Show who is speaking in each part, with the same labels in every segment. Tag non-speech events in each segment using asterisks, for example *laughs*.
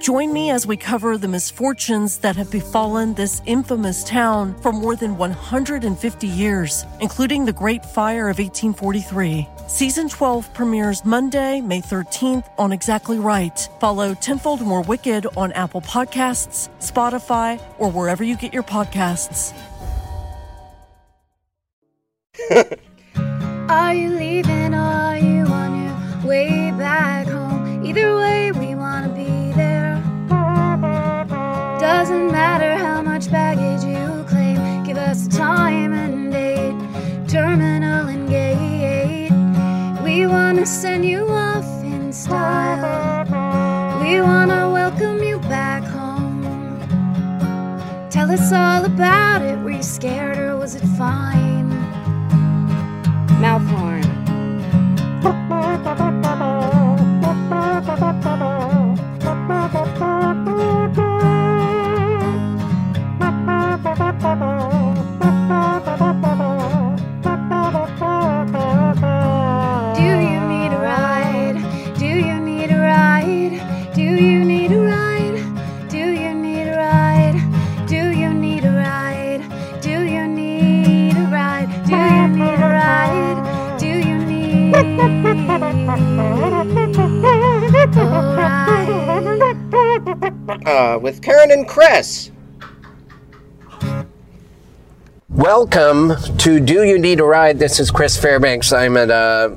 Speaker 1: Join me as we cover the misfortunes that have befallen this infamous town for more than 150 years, including the Great Fire of 1843. Season 12 premieres Monday, May 13th on Exactly Right. Follow Tenfold More Wicked on Apple Podcasts, Spotify, or wherever you get your podcasts.
Speaker 2: Are you leaving? Are you on your way back home? Either way, we wanna be there. Doesn't matter how much baggage you claim, give us a time and date, terminal and gate. We wanna send you off in style. We wanna welcome you back home. Tell us all about it. Were you scared or was it fine? Mouth horn. Do you need a ride? Do you need a ride? Do you need a ride? Do you need a ride? Do you need a ride? Do you need a ride? Do you need a ride? Do you need a ride?
Speaker 3: uh, with Karen and Chris. Welcome to Do You Need a Ride? This is Chris Fairbanks. I'm at uh,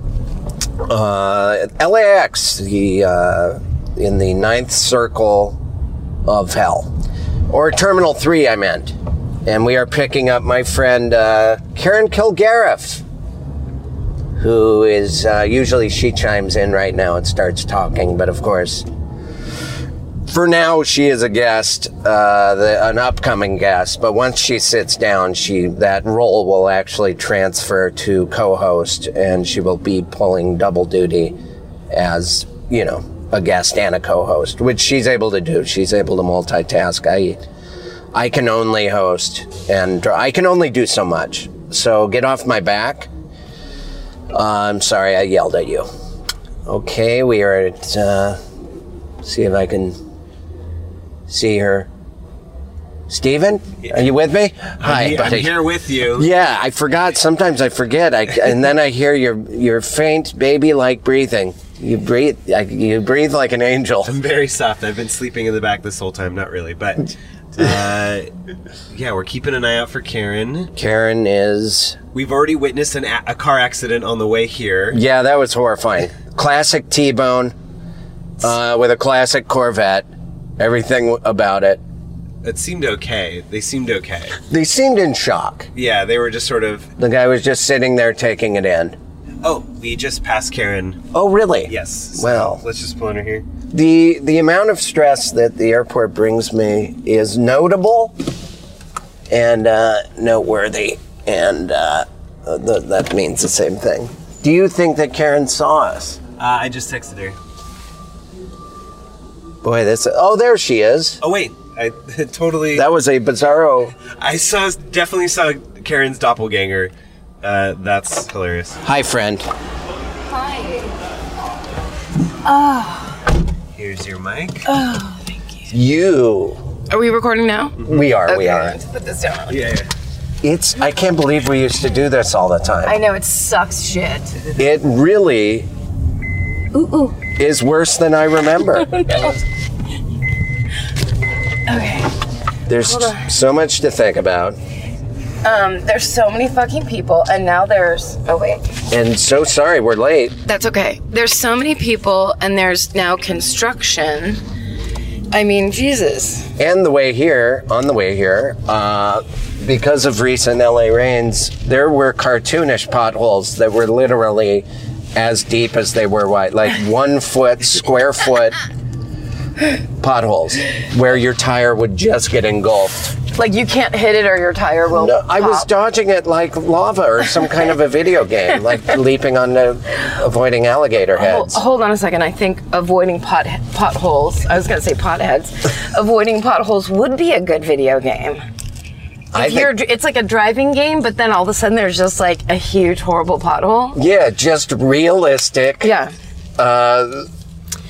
Speaker 3: uh, LAX, the uh, in the ninth circle of hell, or Terminal Three. I meant, and we are picking up my friend uh, Karen Kilgariff, who is uh, usually she chimes in right now and starts talking, but of course for now she is a guest uh, the, an upcoming guest but once she sits down she that role will actually transfer to co-host and she will be pulling double duty as you know a guest and a co-host which she's able to do she's able to multitask i i can only host and i can only do so much so get off my back uh, i'm sorry i yelled at you okay we are at uh, see if i can see her. Steven, are you with me? Hi,
Speaker 4: I'm he- I'm
Speaker 3: buddy.
Speaker 4: here with you.
Speaker 3: Yeah, I forgot. Sometimes I forget. I and then I hear your your faint baby-like breathing. You breathe. I, you breathe like an angel.
Speaker 4: I'm very soft. I've been sleeping in the back this whole time. Not really, but uh, yeah, we're keeping an eye out for Karen.
Speaker 3: Karen is.
Speaker 4: We've already witnessed an a-, a car accident on the way here.
Speaker 3: Yeah, that was horrifying. Classic T-bone, uh, with a classic Corvette. Everything w- about it.
Speaker 4: It seemed okay. They seemed okay.
Speaker 3: They seemed in shock.
Speaker 4: Yeah, they were just sort of.
Speaker 3: The guy was just sitting there taking it in.
Speaker 4: Oh, we just passed Karen.
Speaker 3: Oh, really?
Speaker 4: Yes. So
Speaker 3: Well,
Speaker 4: let's just pull in her here.
Speaker 3: the the amount of stress that the airport brings me is notable and uh, noteworthy, and uh, th- that means the same thing. Do you think that Karen saw us?
Speaker 4: Uh, I just texted her.
Speaker 3: Boy, this oh, there she is.
Speaker 4: Oh wait, I *laughs* totally.
Speaker 3: That was a bizarro.
Speaker 4: I saw definitely saw Karen's doppelganger. Uh, that's hilarious.
Speaker 3: Hi, friend.
Speaker 4: Here's your mic.
Speaker 3: Uh. You.
Speaker 5: Are we recording now?
Speaker 3: We are. We are.
Speaker 5: Let's put this down.
Speaker 4: Yeah. yeah.
Speaker 3: It's. I can't believe we used to do this all the time.
Speaker 5: I know it sucks shit.
Speaker 3: it really is worse than
Speaker 5: *laughs*
Speaker 3: I remember.
Speaker 5: Okay.
Speaker 3: There's so much to think about,
Speaker 5: Um, there's so many fucking people, and now there's. Oh, wait.
Speaker 3: and so sorry we're late.
Speaker 5: That's okay. There's so many people, and there's now construction. I mean, Jesus.
Speaker 3: And the way here, on the way here, uh, because of recent LA rains, there were cartoonish potholes that were
Speaker 6: *laughs*
Speaker 3: literally as deep as they were wide, like one foot, square foot potholes where your tire would just get engulfed.
Speaker 6: Like you can't hit it or your tire will.
Speaker 3: No, I was
Speaker 6: pop.
Speaker 3: dodging it like lava or some kind of a
Speaker 6: *laughs*
Speaker 3: video game, like leaping on the, avoiding alligator
Speaker 6: Hol-
Speaker 3: heads.
Speaker 6: hold on a second. I think avoiding pot potholes. I was going to
Speaker 3: *laughs*
Speaker 6: say potheads. avoiding potholes would be a good video game.
Speaker 3: I
Speaker 6: If you're,
Speaker 3: think,
Speaker 6: dr- it's like a driving game, but then all of a sudden there's just like a huge horrible pothole.
Speaker 3: yeah, just realistic.
Speaker 6: Yeah.
Speaker 3: Uh,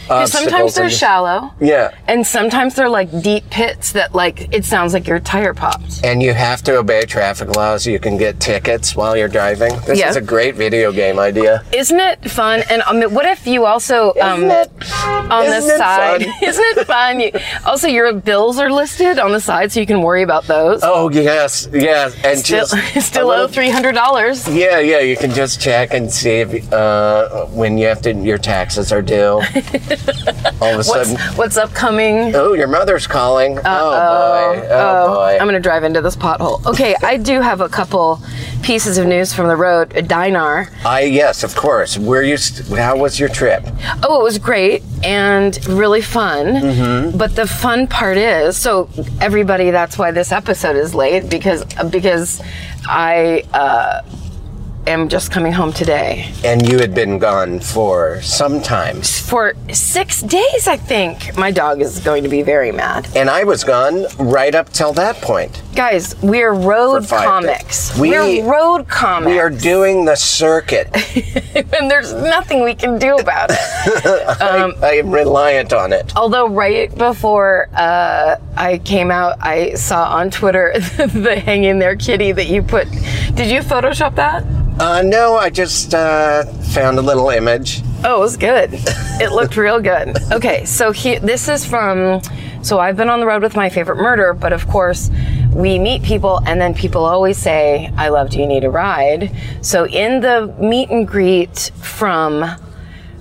Speaker 6: 'Cause sometimes
Speaker 3: obstacles
Speaker 6: they're
Speaker 3: and-
Speaker 6: shallow.
Speaker 3: Yeah,
Speaker 6: And sometimes they're like deep pits that like it sounds like your tire popped.
Speaker 3: and you have to obey traffic laws. You can get tickets while you're driving. This
Speaker 6: Yeah.
Speaker 3: is a great video game idea.
Speaker 6: Isn't it fun? And um, what if you also um,
Speaker 3: Isn't it?
Speaker 6: on
Speaker 3: Isn't
Speaker 6: the
Speaker 3: it
Speaker 6: side?
Speaker 3: fun?
Speaker 6: *laughs* Isn't it fun? You, also, your bills are listed on the side, so you can worry about those.
Speaker 3: *laughs* Oh yes, yes, and
Speaker 6: still,
Speaker 3: just
Speaker 6: *laughs*
Speaker 3: a
Speaker 6: still
Speaker 3: little-
Speaker 6: owe three hundred dollars.
Speaker 3: Yeah, yeah, you can just check and see if uh, when you have to your taxes are
Speaker 6: *laughs*
Speaker 3: due. All of a
Speaker 6: What's
Speaker 3: sudden,
Speaker 6: what's upcoming?
Speaker 3: oh, your mother's calling. oh boy, oh boy.
Speaker 6: I'm gonna drive into this pothole. Okay, I do have a couple pieces of news from the road. Dinar.
Speaker 3: I yes, of course. Where you? St- how was your trip?
Speaker 6: Oh, it was great and really fun.
Speaker 3: Mm-hmm.
Speaker 6: But the fun part is, so everybody, that's why this episode is late because because I uh, am just coming home today
Speaker 3: And you had been gone for some time,
Speaker 6: for six days. I think my dog is going to be very mad,
Speaker 3: and I was gone right up till that point.
Speaker 6: guys. We're road
Speaker 3: For five
Speaker 6: comics.
Speaker 3: days. We-
Speaker 6: are road comics. *laughs*
Speaker 3: We are doing the circuit.
Speaker 6: and there's nothing we can do about it.
Speaker 3: I am reliant on it.
Speaker 6: *laughs* Although right before uh, I came out, I saw on Twitter *laughs* the hang in there kitty that you put. Did you Photoshop that?
Speaker 3: Uh, no, I just uh, found a little image.
Speaker 6: Oh, it was good. It looked real good. Okay, so he, this is from. So I've been on the road with my favorite murder, but of course, we meet people, and then people always say, "I love. Do you need a ride?" So in the meet and greet from,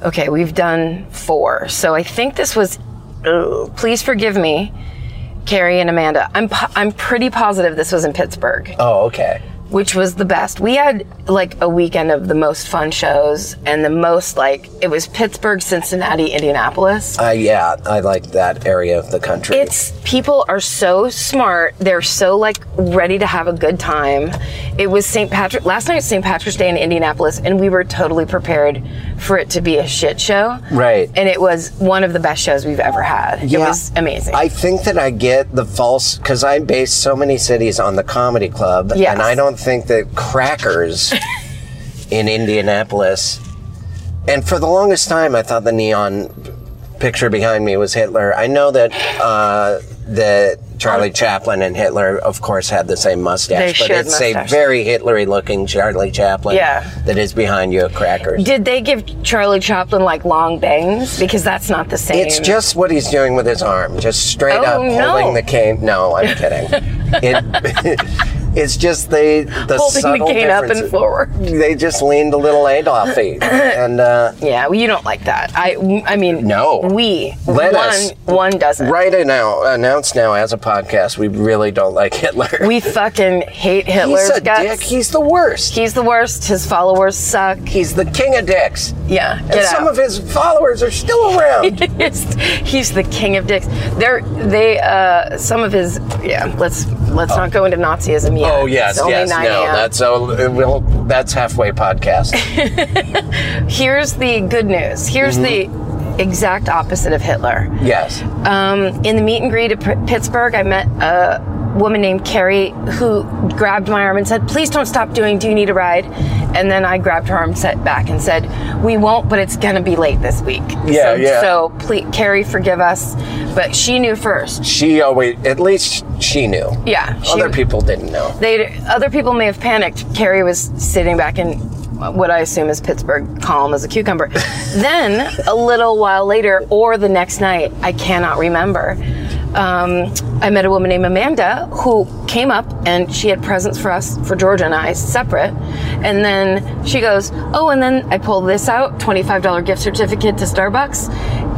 Speaker 6: okay, we've done four. So I think this was. ugh, please forgive me, Carrie and Amanda. I'm po- I'm pretty positive this was in Pittsburgh
Speaker 3: Oh, okay.
Speaker 6: which was the best. We had like a weekend of the most fun shows and the most like it was Pittsburgh, Cincinnati, Indianapolis.
Speaker 3: Uh, yeah, I like that area of the country.
Speaker 6: It's people are so smart. They're so like ready to have a good time. It was St. Patrick last night was St. Patrick's Day in Indianapolis and we were totally prepared for it to be a shit show.
Speaker 3: Right.
Speaker 6: And it was one of the best shows we've ever had. It
Speaker 3: Yeah.
Speaker 6: was amazing.
Speaker 3: I think that I get the false because I base so many cities on the comedy club,
Speaker 6: Yes.
Speaker 3: and I don't think that
Speaker 6: *laughs*
Speaker 3: crackers in Indianapolis. And for the longest time, I thought the neon picture behind me was Hitler. I know that uh, that Charlie Chaplin and Hitler, of course, had the same mustache,
Speaker 6: Oh. They
Speaker 3: but
Speaker 6: shared
Speaker 3: it's
Speaker 6: mustache.
Speaker 3: a very Hitlery-looking Charlie Chaplin
Speaker 6: Yeah.
Speaker 3: that is behind you at crackers.
Speaker 6: Did they give Charlie Chaplin like long bangs? Because that's not the same.
Speaker 3: It's just what he's doing with his arm, just straight
Speaker 6: Oh,
Speaker 3: up
Speaker 6: no.
Speaker 3: holding the cane. No,
Speaker 6: *laughs*
Speaker 3: I'm kidding. it, *laughs* it's just the the
Speaker 6: holding
Speaker 3: subtle
Speaker 6: the cane up and
Speaker 3: differences.
Speaker 6: forward.
Speaker 3: They just leaned a little
Speaker 6: *laughs*
Speaker 3: Adolphy, and uh,
Speaker 6: Yeah, well, you don't like that. I, I mean,
Speaker 3: No.
Speaker 6: We
Speaker 3: Let
Speaker 6: one
Speaker 3: us-
Speaker 6: one doesn't.
Speaker 3: right in now announced now as a podcast, we really don't like Hitler.
Speaker 6: We fucking hate Hitler's
Speaker 3: he's a
Speaker 6: guts.
Speaker 3: dick. He's the worst.
Speaker 6: He's the worst. His followers suck.
Speaker 3: He's the king of dicks.
Speaker 6: Yeah, get
Speaker 3: and
Speaker 6: out.
Speaker 3: some of his followers are still around.
Speaker 6: *laughs* he's, he's the king of dicks. They're they uh some of his yeah. Let's let's not go into Nazism yet.
Speaker 3: Oh yes,
Speaker 6: It's only
Speaker 3: yes,
Speaker 6: 9
Speaker 3: no,
Speaker 6: a.m.
Speaker 3: that's oh, we'll, that's halfway
Speaker 6: *laughs*
Speaker 3: podcast.
Speaker 6: Here's the good news. Here's
Speaker 3: Mm-hmm.
Speaker 6: the exact opposite of Hitler.
Speaker 3: yes,
Speaker 6: Um, in the meet and greet at P- Pittsburgh, I met a woman named Carrie who grabbed my arm and said, Please don't stop doing, do you need a ride? And then I grabbed her arm set back and said, We won't, but it's going to be late this week.
Speaker 3: Yeah,
Speaker 6: so,
Speaker 3: yeah.
Speaker 6: So, please, Carrie, forgive us. But she knew first.
Speaker 3: she always at least she knew.
Speaker 6: Yeah. she-
Speaker 3: Other people didn't know.
Speaker 6: They Other people may have panicked. Carrie was sitting back in what I assume is Pittsburgh, calm as a cucumber. then, a little while later, or the next night, I cannot remember. Um, I met a woman named Amanda who came up and she had presents for us, for Georgia and I, separate. And then she goes, Oh, and then I pulled this out $25 gift certificate to Starbucks.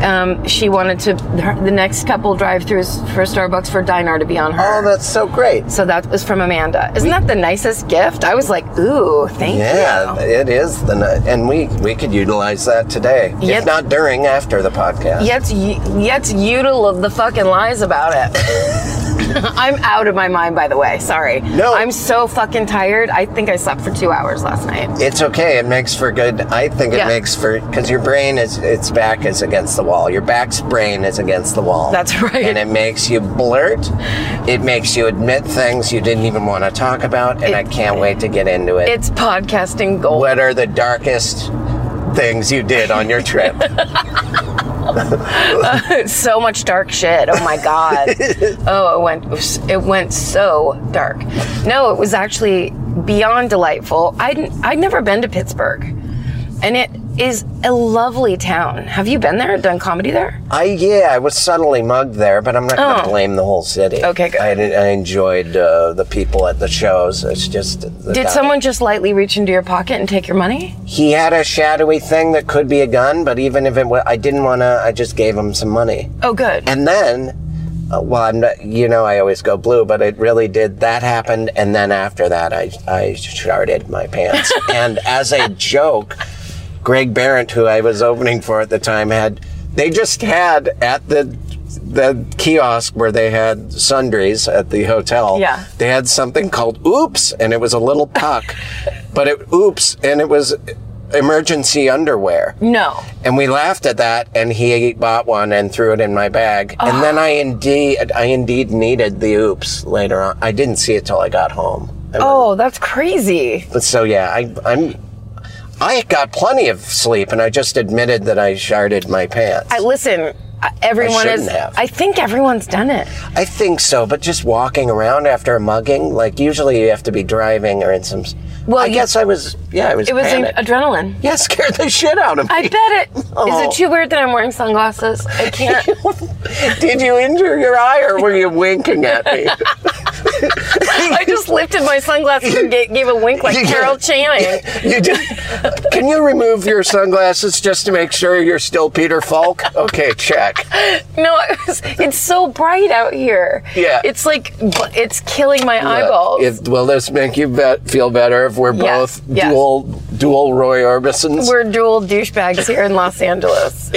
Speaker 6: um, she wanted to her, the next couple drive-throughs for Starbucks for Dinar to be on her.
Speaker 3: Oh, that's so great.
Speaker 6: so that was from Amanda. Isn't that the nicest gift? I was like, ooh, thank
Speaker 3: Yeah,
Speaker 6: you.
Speaker 3: it is the night, and we we could utilize that today, if
Speaker 6: Yep.
Speaker 3: not during, after the podcast.
Speaker 6: Yet, yet you to love the fucking lies about it.
Speaker 3: *laughs*
Speaker 6: I'm out of my mind, by the way. Sorry.
Speaker 3: No.
Speaker 6: I'm so fucking tired. I think I slept for two hours last night.
Speaker 3: It's okay. It makes for good. I think it
Speaker 6: Yeah.
Speaker 3: makes for because your brain is its back is against the wall. Your back's brain is against the wall.
Speaker 6: That's *laughs* right.
Speaker 3: And it makes you blurt. It makes you admit things you didn't even want to talk about. And I
Speaker 6: It-
Speaker 3: can't wait to get into it.
Speaker 6: It's podcasting gold.
Speaker 3: what are the darkest things you did on your
Speaker 6: *laughs*
Speaker 3: trip?
Speaker 6: so much dark shit. Oh my
Speaker 3: *laughs*
Speaker 6: god. oh, it went it went so dark. No, it was actually beyond delightful. I would I'd never been to Pittsburgh, and it is a lovely town. Have you been there? Done comedy there?
Speaker 3: I yeah, I was subtly mugged there, but I'm not going to
Speaker 6: Oh.
Speaker 3: blame the whole city.
Speaker 6: Okay, good.
Speaker 3: I, I enjoyed uh, the people at the shows. It's just the
Speaker 6: Did
Speaker 3: guy.
Speaker 6: someone just lightly reach into your pocket and take your money?
Speaker 3: He had a shadowy thing that could be a gun, but even if it was, I didn't want to. I just gave him some money,
Speaker 6: Oh, good.
Speaker 3: and then, uh, well, I'm not. You know, I always go blue, but it really did. That happened, and then after that, I I sharted my pants, and as a joke, Greg Barrett, who I was opening for at the time, had they just had at the the kiosk where they had sundries at the hotel.
Speaker 6: Yeah.
Speaker 3: They had something called Oops, and it was a little puck, but it Oops, and it was emergency underwear.
Speaker 6: no.
Speaker 3: And we laughed at that, and he bought one and threw it in my bag. And then I
Speaker 6: Oh.
Speaker 3: indeed, I indeed needed the oops later on. I didn't see it till I got home. I was-
Speaker 6: Oh, that's crazy.
Speaker 3: But so yeah, I, I'm, I got plenty of sleep, and I just admitted that I sharded my pants.
Speaker 6: I, listen, I- everyone is.
Speaker 3: shouldn't have.
Speaker 6: I think everyone's done it.
Speaker 3: I think so, but just walking around after a mugging, like usually you have to be driving or in some. s-
Speaker 6: Well,
Speaker 3: I
Speaker 6: you-
Speaker 3: guess I was. Yeah, I was.
Speaker 6: It was an
Speaker 3: panicked.
Speaker 6: adrenaline.
Speaker 3: yeah, scared the shit out of me.
Speaker 6: I bet it. Is
Speaker 3: Oh.
Speaker 6: it too weird that I'm wearing sunglasses? I can't.
Speaker 3: *laughs* Did you injure your eye, or were you winking at me?
Speaker 6: I just lifted my sunglasses and gave, gave a wink
Speaker 3: *laughs*
Speaker 6: like
Speaker 3: You did.
Speaker 6: Carol Channing.
Speaker 3: You did. Can you remove your sunglasses just to make sure you're still Peter Falk?
Speaker 6: *laughs*
Speaker 3: Okay, check.
Speaker 6: No, it was, it's so bright out here.
Speaker 3: Yeah.
Speaker 6: It's like, bu- it's killing my eyeballs.
Speaker 3: If, Uh, will this make you bet, feel better if we're
Speaker 6: Yes,
Speaker 3: both
Speaker 6: yes.
Speaker 3: dual dual Roy Orbisons?
Speaker 6: We're dual douchebags here in Los Angeles.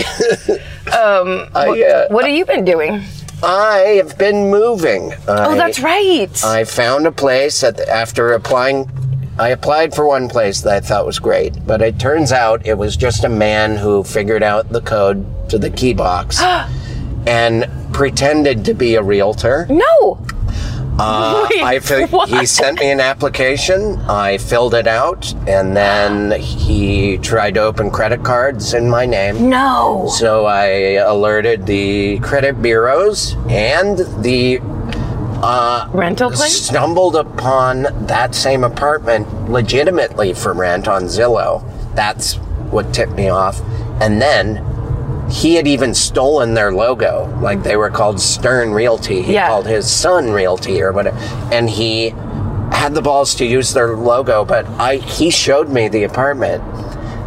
Speaker 3: I, uh,
Speaker 6: What have you been doing?
Speaker 3: I have been moving.
Speaker 6: Oh, that's right.
Speaker 3: I found a place at the, after applying. I applied for one place that I thought was great, but it turns out it was just a man who figured out the code to the key
Speaker 6: *gasps*
Speaker 3: box and pretended to be a realtor.
Speaker 6: no.
Speaker 3: Uh,
Speaker 6: Wait,
Speaker 3: I fi-
Speaker 6: what?
Speaker 3: he sent me an application. I filled it out, and then he tried to open credit cards in my name.
Speaker 6: No.
Speaker 3: So I alerted the credit bureaus and the uh,
Speaker 6: Rental place?
Speaker 3: stumbled upon that same apartment legitimately for rent on Zillow. That's what tipped me off. And then he had even stolen their logo. Like they were called Stern Realty. He
Speaker 6: Yeah.
Speaker 3: called his son Realty or whatever. And he had the balls to use their logo, but I he showed me the apartment.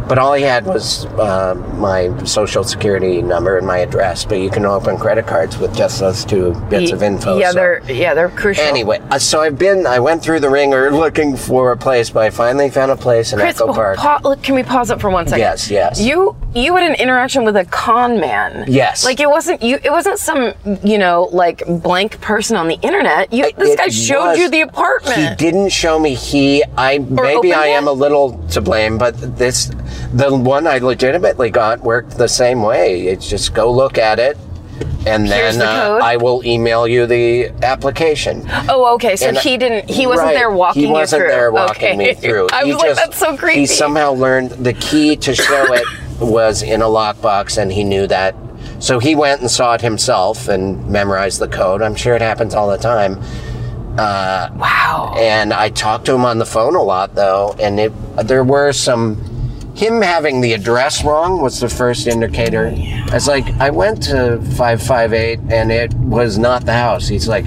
Speaker 3: But all he had was uh, my social security number and my address. But you can open credit cards with just those two bits of info.
Speaker 6: Yeah,
Speaker 3: so-
Speaker 6: they're, yeah, they're crucial.
Speaker 3: Anyway, uh, so I've been, I went through the ringer looking for a place, but I finally found a place in
Speaker 6: Chris,
Speaker 3: Echo Park.
Speaker 6: pa- look, can we pause it for one second?
Speaker 3: Yes, yes.
Speaker 6: You you had an interaction with a con man.
Speaker 3: Yes.
Speaker 6: Like it wasn't you. It wasn't some you know like blank person on the internet. You this
Speaker 3: It
Speaker 6: guy showed
Speaker 3: was-
Speaker 6: you the
Speaker 3: He
Speaker 6: apartment.
Speaker 3: didn't show me he. I maybe
Speaker 6: opened
Speaker 3: I
Speaker 6: it?
Speaker 3: am a little to blame, but this, the one I legitimately got worked the same way. It's just go look at it, and
Speaker 6: Here's
Speaker 3: then uh,
Speaker 6: the code.
Speaker 3: I will email you the application.
Speaker 6: Oh, okay. So
Speaker 3: And I-
Speaker 6: he didn't. He wasn't
Speaker 3: Right.
Speaker 6: there walking
Speaker 3: He wasn't
Speaker 6: you through.
Speaker 3: there walking
Speaker 6: okay.
Speaker 3: me through.
Speaker 6: *laughs* I
Speaker 3: He
Speaker 6: was like,
Speaker 3: just-
Speaker 6: that's so creepy.
Speaker 3: He somehow learned the key to show
Speaker 6: *laughs*
Speaker 3: it was in a lockbox, and he knew that. So he went and saw it himself and memorized the code. I'm sure it happens all the time. Uh,
Speaker 6: wow.
Speaker 3: and I talked to him on the phone a lot, though, and it, there were some. Him having the address wrong was the first indicator. I was like, I went to 558 and it was not the house. He's like,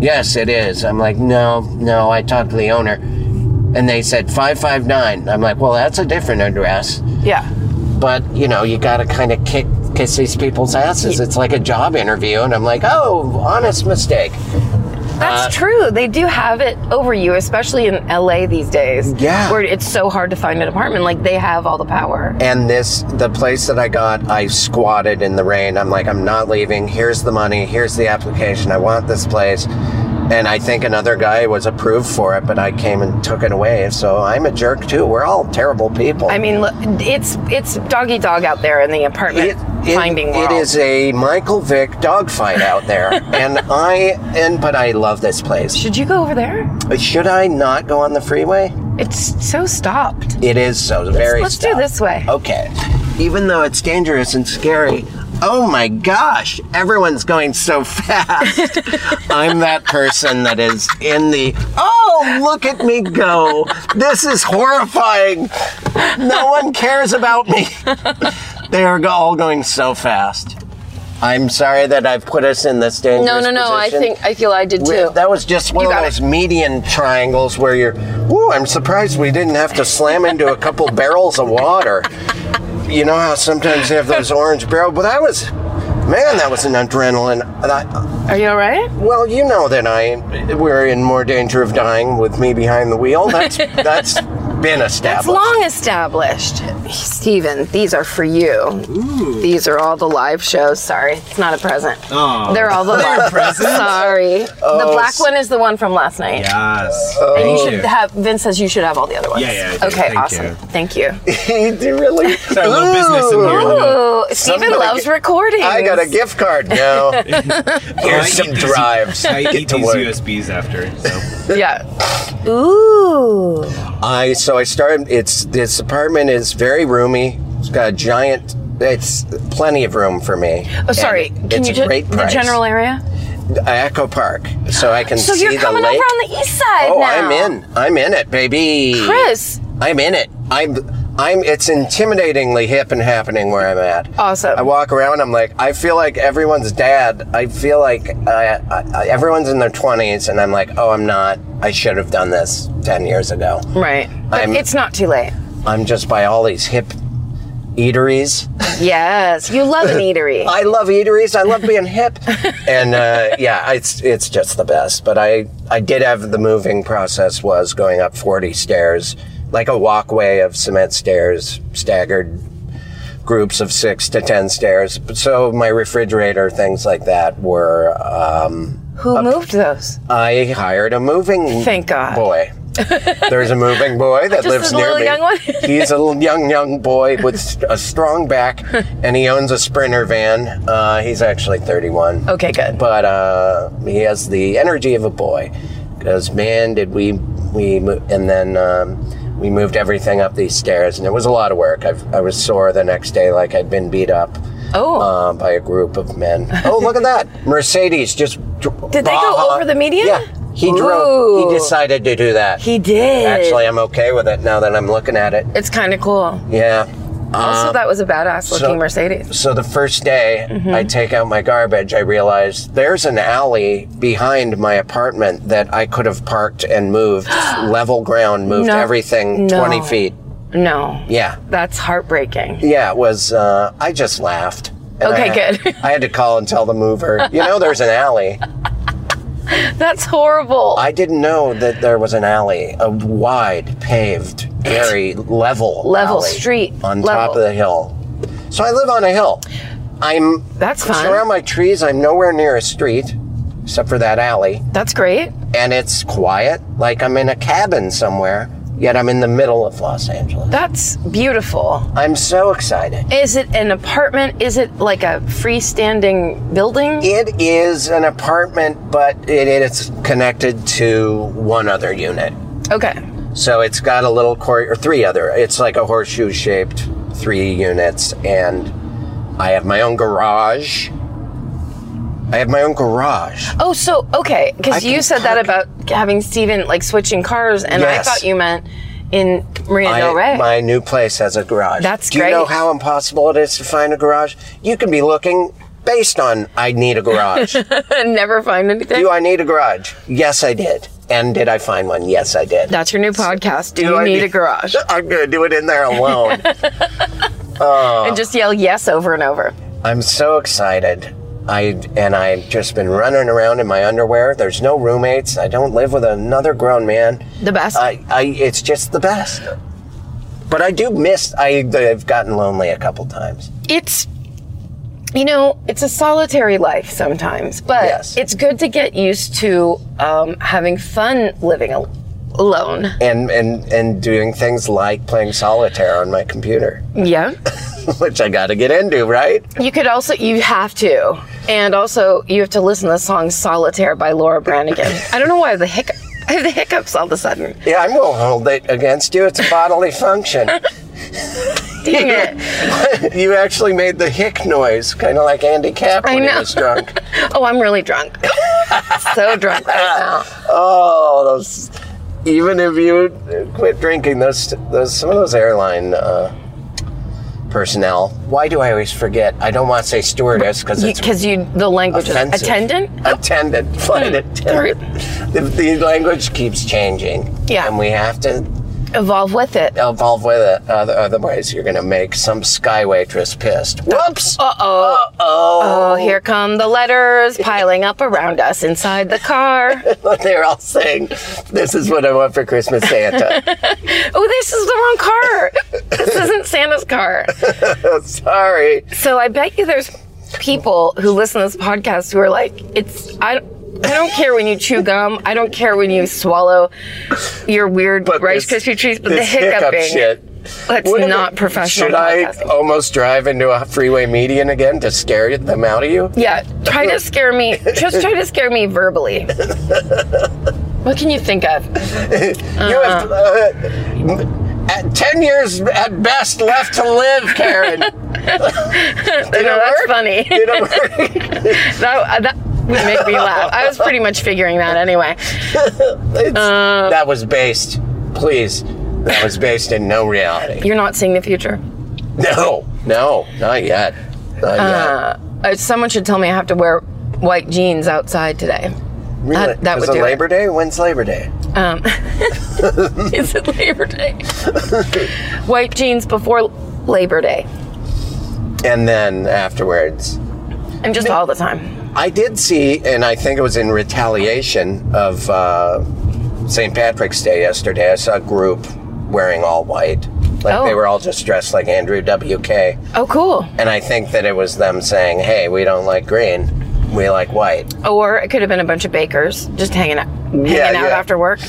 Speaker 3: Yes, it is. I'm like, No, no, I talked to the owner. And they said 559. I'm like, Well, that's a different address
Speaker 6: Yeah.
Speaker 3: but you know you got to kind of kick kiss these people's asses. It's like a job interview, and I'm like, oh, honest mistake. Uh,
Speaker 6: That's true. They do have it over you, especially in LA these days.
Speaker 3: Yeah.
Speaker 6: Where it's so hard to find an apartment. Like they have all the power.
Speaker 3: And this, the place that I got, I squatted in the rain. I'm like, I'm not leaving. Here's the money. Here's the application. I want this place. And I think another guy was approved for it, but I came and took it away. So I'm a jerk too. We're all terrible people.
Speaker 6: I mean, look, it's it's doggy dog out there in the apartment finding world.
Speaker 3: it is a Michael Vick dogfight out
Speaker 6: *laughs*
Speaker 3: there, and I and but I love this place.
Speaker 6: Should you go over there?
Speaker 3: Should I not go on the freeway?
Speaker 6: It's so stopped.
Speaker 3: It is so very. Oh,
Speaker 6: Let's do
Speaker 3: stuffed.
Speaker 6: this way.
Speaker 3: Okay. Even though it's dangerous and scary, oh my gosh, everyone's going so *laughs* fast. I'm that person that is in the, oh, look at me go. This is horrifying. No one cares about me. *laughs* They are go- all going so fast. I'm sorry that I've put us in this dangerous
Speaker 5: No, no, no. I
Speaker 3: position.
Speaker 5: think I feel I did
Speaker 3: We-
Speaker 5: too.
Speaker 3: That was just one of
Speaker 5: got
Speaker 3: those median triangles where you're, ooh, I'm surprised we didn't have to slam into a couple barrels of water. You know how sometimes they have those orange barrel, but that was, man, that was an adrenaline. And I,
Speaker 6: Are you all right?
Speaker 3: well, you know that I we're in more danger of dying with me behind the wheel. That's that's been established. *laughs*
Speaker 6: It's long established.
Speaker 5: Steven, these are for you. These are all the live shows. Sorry, it's not a present.
Speaker 4: Oh.
Speaker 6: They're all the
Speaker 4: They're
Speaker 6: *laughs* black.
Speaker 4: presents?
Speaker 6: Sorry. the black one is the one from last night.
Speaker 4: Yes.
Speaker 3: Oh.
Speaker 6: You
Speaker 4: Thank
Speaker 6: should have Vince says you should have all the other ones.
Speaker 4: Yeah, yeah, I do.
Speaker 6: Okay,
Speaker 4: Thank
Speaker 6: awesome.
Speaker 4: you.
Speaker 6: Thank you.
Speaker 3: You really?
Speaker 4: Sorry, a little business in here.
Speaker 6: Ooh, Oh, Steven
Speaker 3: Somebody
Speaker 6: loves
Speaker 3: get-
Speaker 6: recording.
Speaker 3: I got a gift card
Speaker 4: *laughs*
Speaker 3: now. Here's some drives.
Speaker 4: I eat
Speaker 3: Get to
Speaker 4: these
Speaker 3: work.
Speaker 4: USBs after. So.
Speaker 6: Yeah. Ooh.
Speaker 3: I so I started. It's this apartment is very roomy. It's got a giant. It's plenty of room for me.
Speaker 6: Oh, sorry.
Speaker 3: And
Speaker 6: Can
Speaker 3: it's
Speaker 6: you
Speaker 3: a
Speaker 6: just
Speaker 3: great
Speaker 6: the
Speaker 3: price.
Speaker 6: general area?
Speaker 3: Echo Park, so I can
Speaker 6: So
Speaker 3: see
Speaker 6: you're
Speaker 3: the
Speaker 6: coming
Speaker 3: lake.
Speaker 6: over on the east side
Speaker 3: oh,
Speaker 6: now.
Speaker 3: I'm in. I'm in it, baby.
Speaker 6: Chris.
Speaker 3: I'm in it. I'm. I'm. It's intimidatingly hip and happening where I'm at.
Speaker 6: Awesome.
Speaker 3: I walk around. I'm like, I feel like everyone's dad. I feel like I, I, I, everyone's in their 20s, and I'm like, oh, I'm not. I should have done this 10 years ago.
Speaker 6: Right. But
Speaker 3: I'm-
Speaker 6: it's not too late.
Speaker 3: I'm just by all these hip eateries.
Speaker 6: Yes. You
Speaker 3: *laughs*
Speaker 6: love an eatery.
Speaker 3: I love eateries. I love being hip, and uh, yeah, it's it's just the best. But I I did have the moving process was going up forty stairs, like a walkway of cement stairs, staggered groups of six to ten stairs. So my refrigerator, things like that, were um,
Speaker 6: Who moved those?
Speaker 3: I hired a moving
Speaker 6: Thank God. *laughs*
Speaker 3: boy. There's a moving boy that
Speaker 6: Just
Speaker 3: lives
Speaker 6: this
Speaker 3: near
Speaker 6: little
Speaker 3: me.
Speaker 6: young one?
Speaker 3: *laughs* He's a little young young boy with st- a strong
Speaker 6: *laughs*
Speaker 3: back, and he owns a Sprinter van. Uh, he's actually 31,
Speaker 6: Okay, good.
Speaker 3: but uh, he has the energy of a boy. Because man, did we we mo- and then um, we moved everything up these stairs, and it was a lot of work. I've, I was sore the next day, like I'd been beat up.
Speaker 6: Oh.
Speaker 3: Uh, by a group of men. Oh, look at that! Mercedes just
Speaker 6: Did they go over the median?
Speaker 3: Yeah, he drove. He decided to do that.
Speaker 6: He did.
Speaker 3: Actually, I'm okay with it now that I'm looking at it.
Speaker 6: It's kind of cool.
Speaker 3: Yeah.
Speaker 6: also, that was a badass looking
Speaker 3: so-
Speaker 6: Mercedes.
Speaker 3: So the first day
Speaker 6: Mm-hmm.
Speaker 3: I take out my garbage, I realize there's an alley behind my apartment that I could have parked and
Speaker 6: *gasps*
Speaker 3: moved level ground, moved
Speaker 6: No.
Speaker 3: everything
Speaker 6: No.
Speaker 3: 20 feet.
Speaker 6: No.
Speaker 3: Yeah.
Speaker 6: That's heartbreaking.
Speaker 3: Yeah, it was. Uh, I just laughed. And
Speaker 6: Okay,
Speaker 3: I-
Speaker 6: good.
Speaker 3: *laughs* I had to call and tell the mover, you know, there's an alley.
Speaker 6: That's horrible.
Speaker 3: I didn't know that there was an alley, a wide, paved, very level
Speaker 6: Level
Speaker 3: alley
Speaker 6: street,
Speaker 3: on top
Speaker 6: level.
Speaker 3: of the hill. So I live on a hill. I'm
Speaker 6: That's fun.
Speaker 3: surrounded by trees. I'm nowhere near a street, except for that alley,
Speaker 6: That's great.
Speaker 3: and it's quiet, like I'm in a cabin somewhere. Yet I'm in the middle of Los Angeles.
Speaker 6: That's beautiful.
Speaker 3: I'm so excited.
Speaker 6: Is it an apartment? Is it like a freestanding building?
Speaker 3: It is an apartment, but it is connected to one other unit.
Speaker 6: Okay.
Speaker 3: So it's got a little court or three other. It's like a horseshoe shaped three units, and I have my own garage. I have my own garage.
Speaker 6: Oh, so okay,
Speaker 3: I
Speaker 6: because you
Speaker 3: can
Speaker 6: said that about having Steven like switching cars, and I
Speaker 3: Yes.
Speaker 6: thought you meant in Marina
Speaker 3: I-
Speaker 6: Del Rey.
Speaker 3: my new place has a garage.
Speaker 6: That's
Speaker 3: Do you know
Speaker 6: great.
Speaker 3: how impossible it is to find a garage? You can be looking based on I need a
Speaker 6: *laughs*
Speaker 3: garage.
Speaker 6: and *laughs* never find anything.
Speaker 3: Do I need a garage? Yes, I did. And did I find one? Yes, I did.
Speaker 6: That's your new podcast. Do,
Speaker 3: Do
Speaker 6: you
Speaker 3: I
Speaker 6: need
Speaker 3: need- *laughs*
Speaker 6: a garage?
Speaker 3: I'm gonna do it in there alone. Oh.
Speaker 6: and just yell yes over and over.
Speaker 3: I'm so excited. I and I've just been running around in my underwear. There's no roommates. I don't live with another grown man.
Speaker 6: The best.
Speaker 3: I, I it's just the best. But I do miss. I, I've gotten lonely a couple times.
Speaker 6: it's you know it's a solitary life sometimes but
Speaker 3: Yes.
Speaker 6: it's good to get used to um, having fun living al- alone
Speaker 3: and and and doing things like playing solitaire on my computer, *laughs*
Speaker 6: yeah
Speaker 3: which I got to get into, right?
Speaker 6: you could also you have to and also you have to listen to the song solitaire by laura branigan i don't know why i have the hiccup i have *laughs* the hiccups all of a sudden
Speaker 3: Yeah, I will hold it against you. It's a bodily function.
Speaker 6: Dang it.
Speaker 3: you actually made the hick noise, kind of like Andy Cap when he
Speaker 6: know.
Speaker 3: was drunk.
Speaker 6: oh i'm really drunk *laughs* so drunk right now
Speaker 3: Oh, those. Even if you quit drinking, those, those some of those airline uh, personnel. Why do I always forget? I don't want to say stewardess because it's
Speaker 6: because you Hmm, the language is
Speaker 3: offensive.
Speaker 6: attendant
Speaker 3: Attendant. Flight attendant. The, the language keeps changing.
Speaker 6: Yeah.
Speaker 3: And we have to
Speaker 6: evolve with it
Speaker 3: evolve with it. Other, otherwise, you're going to make some sky waitress pissed. Whoops!
Speaker 6: Uh, uh-oh
Speaker 3: oh,
Speaker 6: Oh, here come the letters piling up around us inside the car.
Speaker 3: *laughs* they're all saying, This is what I want for Christmas,
Speaker 6: *laughs*
Speaker 3: Santa. *laughs*
Speaker 6: Oh, this is the wrong car. This isn't Santa's car.
Speaker 3: Sorry.
Speaker 6: So I bet you there's people who listen to this podcast who are like, it's, I, I don't care when you chew gum. I don't care when you swallow your weird Rice
Speaker 3: this-
Speaker 6: Krispie treats, but the
Speaker 3: this hiccup
Speaker 6: hiccuping.
Speaker 3: shit.
Speaker 6: That's
Speaker 3: What am
Speaker 6: not
Speaker 3: I-
Speaker 6: professional
Speaker 3: Should I
Speaker 6: podcasting.
Speaker 3: almost drive into a freeway median again to scare them out of you?
Speaker 6: Yeah, try to scare me. Just try to scare me verbally.
Speaker 3: *laughs*
Speaker 6: What can you think of?
Speaker 3: You have
Speaker 6: Uh-huh.
Speaker 3: uh, at ten years at best left to live,
Speaker 6: *laughs*
Speaker 3: Karen.
Speaker 6: You know, that's
Speaker 3: work?
Speaker 6: funny. *laughs*
Speaker 3: You know,
Speaker 6: that, uh, that would make me laugh. I was pretty much figuring that anyway.
Speaker 3: it's-
Speaker 6: Oh.
Speaker 3: that was based. Please, that was based in no reality.
Speaker 6: You're not seeing the future.
Speaker 3: No, no, not yet. Not
Speaker 6: Uh, uh, someone should tell me I have to wear white jeans outside today.
Speaker 3: yet. Really?
Speaker 6: uh, that- that
Speaker 3: Was
Speaker 6: would
Speaker 3: it
Speaker 6: do it.
Speaker 3: Labor Day? When's Labor Day?
Speaker 6: Um, *laughs* is it
Speaker 3: *laughs*
Speaker 6: Labor Day? white jeans before Labor Day
Speaker 3: And then afterwards.
Speaker 6: and just all the time.
Speaker 3: I did see, and I think it was in retaliation of uh, St. Patrick's Day yesterday. I saw a group wearing all white, like
Speaker 6: Oh.
Speaker 3: they were all just dressed like Andrew WK,
Speaker 6: Oh, cool.
Speaker 3: and I think that it was them saying, "Hey, we don't like green, we like white."
Speaker 6: Or it could have been a bunch of bakers just hanging out, hanging
Speaker 3: Yeah,
Speaker 6: out
Speaker 3: yeah.
Speaker 6: after work.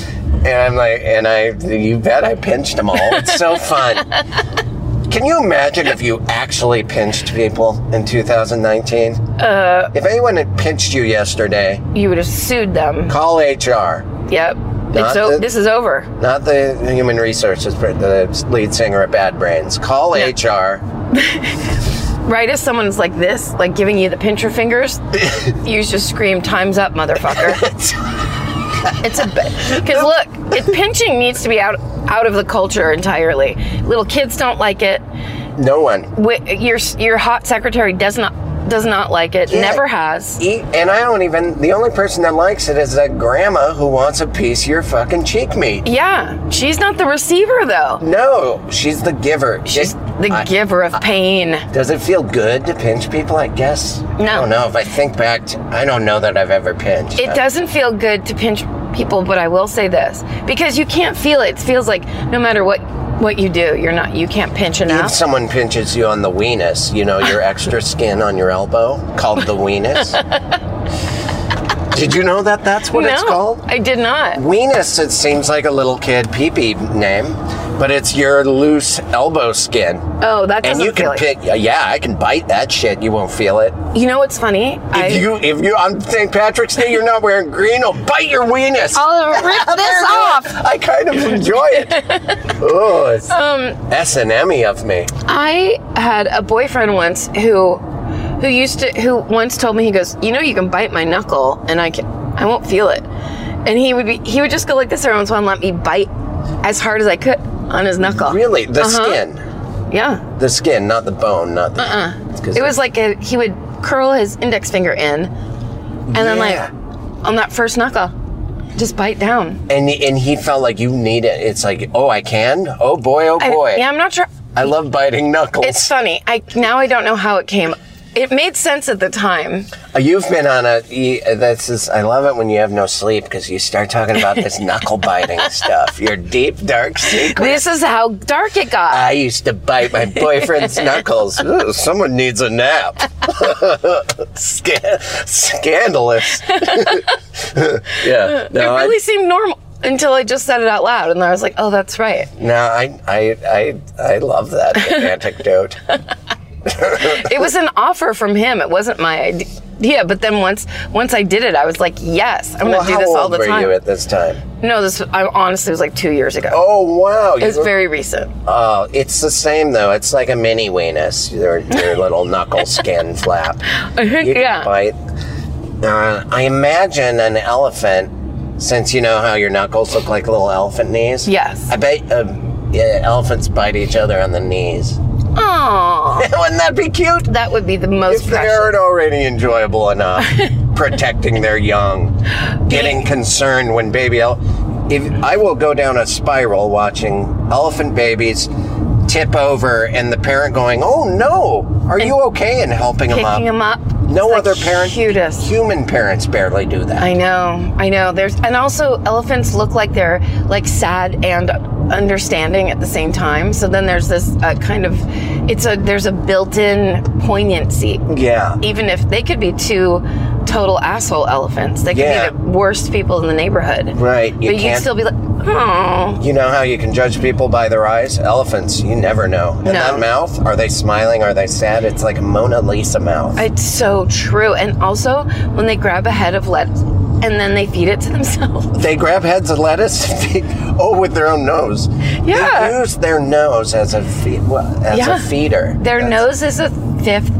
Speaker 3: And I'm like, and I, you bet, I pinched them all. It's so fun. Can you imagine if you actually pinched people in 2019? Uh, if anyone had pinched you yesterday,
Speaker 6: You would have sued them.
Speaker 3: call HR.
Speaker 6: Yep.
Speaker 3: Not
Speaker 6: It's o-
Speaker 3: that-
Speaker 6: this is over.
Speaker 3: Not the human resources, but the lead singer of Bad Brains. Call HR.
Speaker 6: Right as someone's like this, like giving you the
Speaker 3: *laughs*
Speaker 6: pincher fingers, you just scream, "Time's up, motherfucker!" it's a because look, it, pinching needs to be out out of the culture entirely. Little kids don't like it.
Speaker 3: No one.
Speaker 6: Wi- Your your hot secretary does not does not like it.
Speaker 3: Yeah.
Speaker 6: Never has.
Speaker 3: E- And I don't even. The only person that likes it is that grandma who wants a piece of your fucking cheek meat.
Speaker 6: Yeah, she's not the receiver though.
Speaker 3: No, she's the giver.
Speaker 6: She's
Speaker 3: It-
Speaker 6: the
Speaker 3: I-
Speaker 6: giver of pain.
Speaker 3: Does it feel good to pinch people? I guess. No. I don't know. If I think back, to, I don't know that I've ever pinched.
Speaker 6: It doesn't feel good to pinch people, but I will say this because you can't feel it. It feels like no matter what what you do, you're not you can't pinch
Speaker 3: If
Speaker 6: enough.
Speaker 3: someone pinches you on the weenus, you know, your
Speaker 6: *laughs*
Speaker 3: extra skin on your elbow, called the weenus. Did you know that that's what it's called?
Speaker 6: I did not.
Speaker 3: Weenus, it seems like a little kid pee pee name, but it's your loose elbow skin.
Speaker 6: Oh, that
Speaker 3: And
Speaker 6: doesn't
Speaker 3: you can
Speaker 6: feel
Speaker 3: pick, yeah, I can bite that shit. You won't feel it.
Speaker 6: it. You know what's funny? I,
Speaker 3: If you, if you on St. Patrick's Day, you're not wearing green, I'll bite your weenus.
Speaker 6: I'll
Speaker 3: *laughs*
Speaker 6: rip this off.
Speaker 3: I kind of enjoy
Speaker 6: *laughs*
Speaker 3: it. oh, it's
Speaker 6: Um,
Speaker 3: S and M of me.
Speaker 6: I had a boyfriend once who who used to who once told me he goes, "You know you can bite my knuckle and I can I won't feel it." And he would be he would just go like this every once in a while and let me bite as hard as I could on his knuckle.
Speaker 3: Really, the
Speaker 6: Uh-huh.
Speaker 3: skin,
Speaker 6: Yeah.
Speaker 3: the skin, not the bone, not the. it's 'cause-
Speaker 6: Uh-uh. It was like a, he would curl his index finger in, and then
Speaker 3: Yeah.
Speaker 6: like on that first knuckle, just bite down.
Speaker 3: and and he felt like you need it. It's like, oh, I can. Oh boy, oh
Speaker 6: I-
Speaker 3: boy.
Speaker 6: yeah, I'm not sure.
Speaker 3: I love biting knuckles.
Speaker 6: It's funny. I now I don't know how it came. It made sense at the time.
Speaker 3: Uh, You've been on a. you- uh, This is. I love it when you have no sleep because you start talking about
Speaker 6: *laughs*
Speaker 3: this knuckle biting stuff. Your deep dark secret.
Speaker 6: This is how dark it got.
Speaker 3: I used to bite my boyfriend's
Speaker 6: *laughs*
Speaker 3: knuckles. Ooh, someone needs a nap. *laughs* Sca- scandalous. *laughs* yeah. No,
Speaker 6: it
Speaker 3: I-
Speaker 6: really seemed normal until I just said it out loud, and I was like, "Oh, that's right."
Speaker 3: no, I, I, I, I love that
Speaker 6: *laughs*
Speaker 3: anecdote.
Speaker 6: It was an offer from him. It wasn't my idea. But then once once I did it, I was like, "Yes, I'm
Speaker 3: Well,
Speaker 6: going to do
Speaker 3: how
Speaker 6: this all
Speaker 3: old
Speaker 6: the
Speaker 3: were
Speaker 6: time."
Speaker 3: you at this time?
Speaker 6: no, this I honestly it was like two years ago.
Speaker 3: Oh wow! you
Speaker 6: It was
Speaker 3: were-
Speaker 6: very recent.
Speaker 3: Oh, it's the same though. It's like a mini weenus. Your, your little knuckle skin flap. You can
Speaker 6: yeah.
Speaker 3: bite. Uh, I imagine an elephant, since you know how your knuckles look like little elephant knees. *laughs*
Speaker 6: Yes.
Speaker 3: I bet uh, yeah, elephants bite each other on the knees. *laughs*
Speaker 6: Aww.
Speaker 3: Wouldn't that be cute?
Speaker 6: That would be the most
Speaker 3: If
Speaker 6: precious.
Speaker 3: they're already enjoyable enough,
Speaker 6: *laughs*
Speaker 3: protecting their young, getting concerned when baby el- if I will go down a spiral watching elephant babies tip over and the parent going, "Oh no, are you okay?" and helping them up.
Speaker 6: Picking them up.
Speaker 3: No
Speaker 6: It's the
Speaker 3: other parent,
Speaker 6: Cutest.
Speaker 3: human parents barely do that.
Speaker 6: I know, I know. There's and also elephants look like they're like sad and understanding at the same time. So then there's this uh, kind of it's a there's a built-in poignancy.
Speaker 3: yeah.
Speaker 6: Even if they could be two total asshole elephants, they could
Speaker 3: Yeah.
Speaker 6: be the worst people in the neighborhood.
Speaker 3: Right. You
Speaker 6: but you can
Speaker 3: can't-
Speaker 6: still be like, oh,
Speaker 3: You know how you can judge people by their eyes? Elephants, you never know. And
Speaker 6: No.
Speaker 3: that mouth, are they smiling? Are they sad? It's like a Mona Lisa mouth.
Speaker 6: it's so true. And also when they grab a head of lettuce and then they feed it to themselves. *laughs*
Speaker 3: they grab heads of lettuce. *laughs* they- oh, with their own nose. They
Speaker 6: Yeah.
Speaker 3: use their nose as a fe- well, as
Speaker 6: Yeah.
Speaker 3: a feeder.
Speaker 6: Their nose is a fifth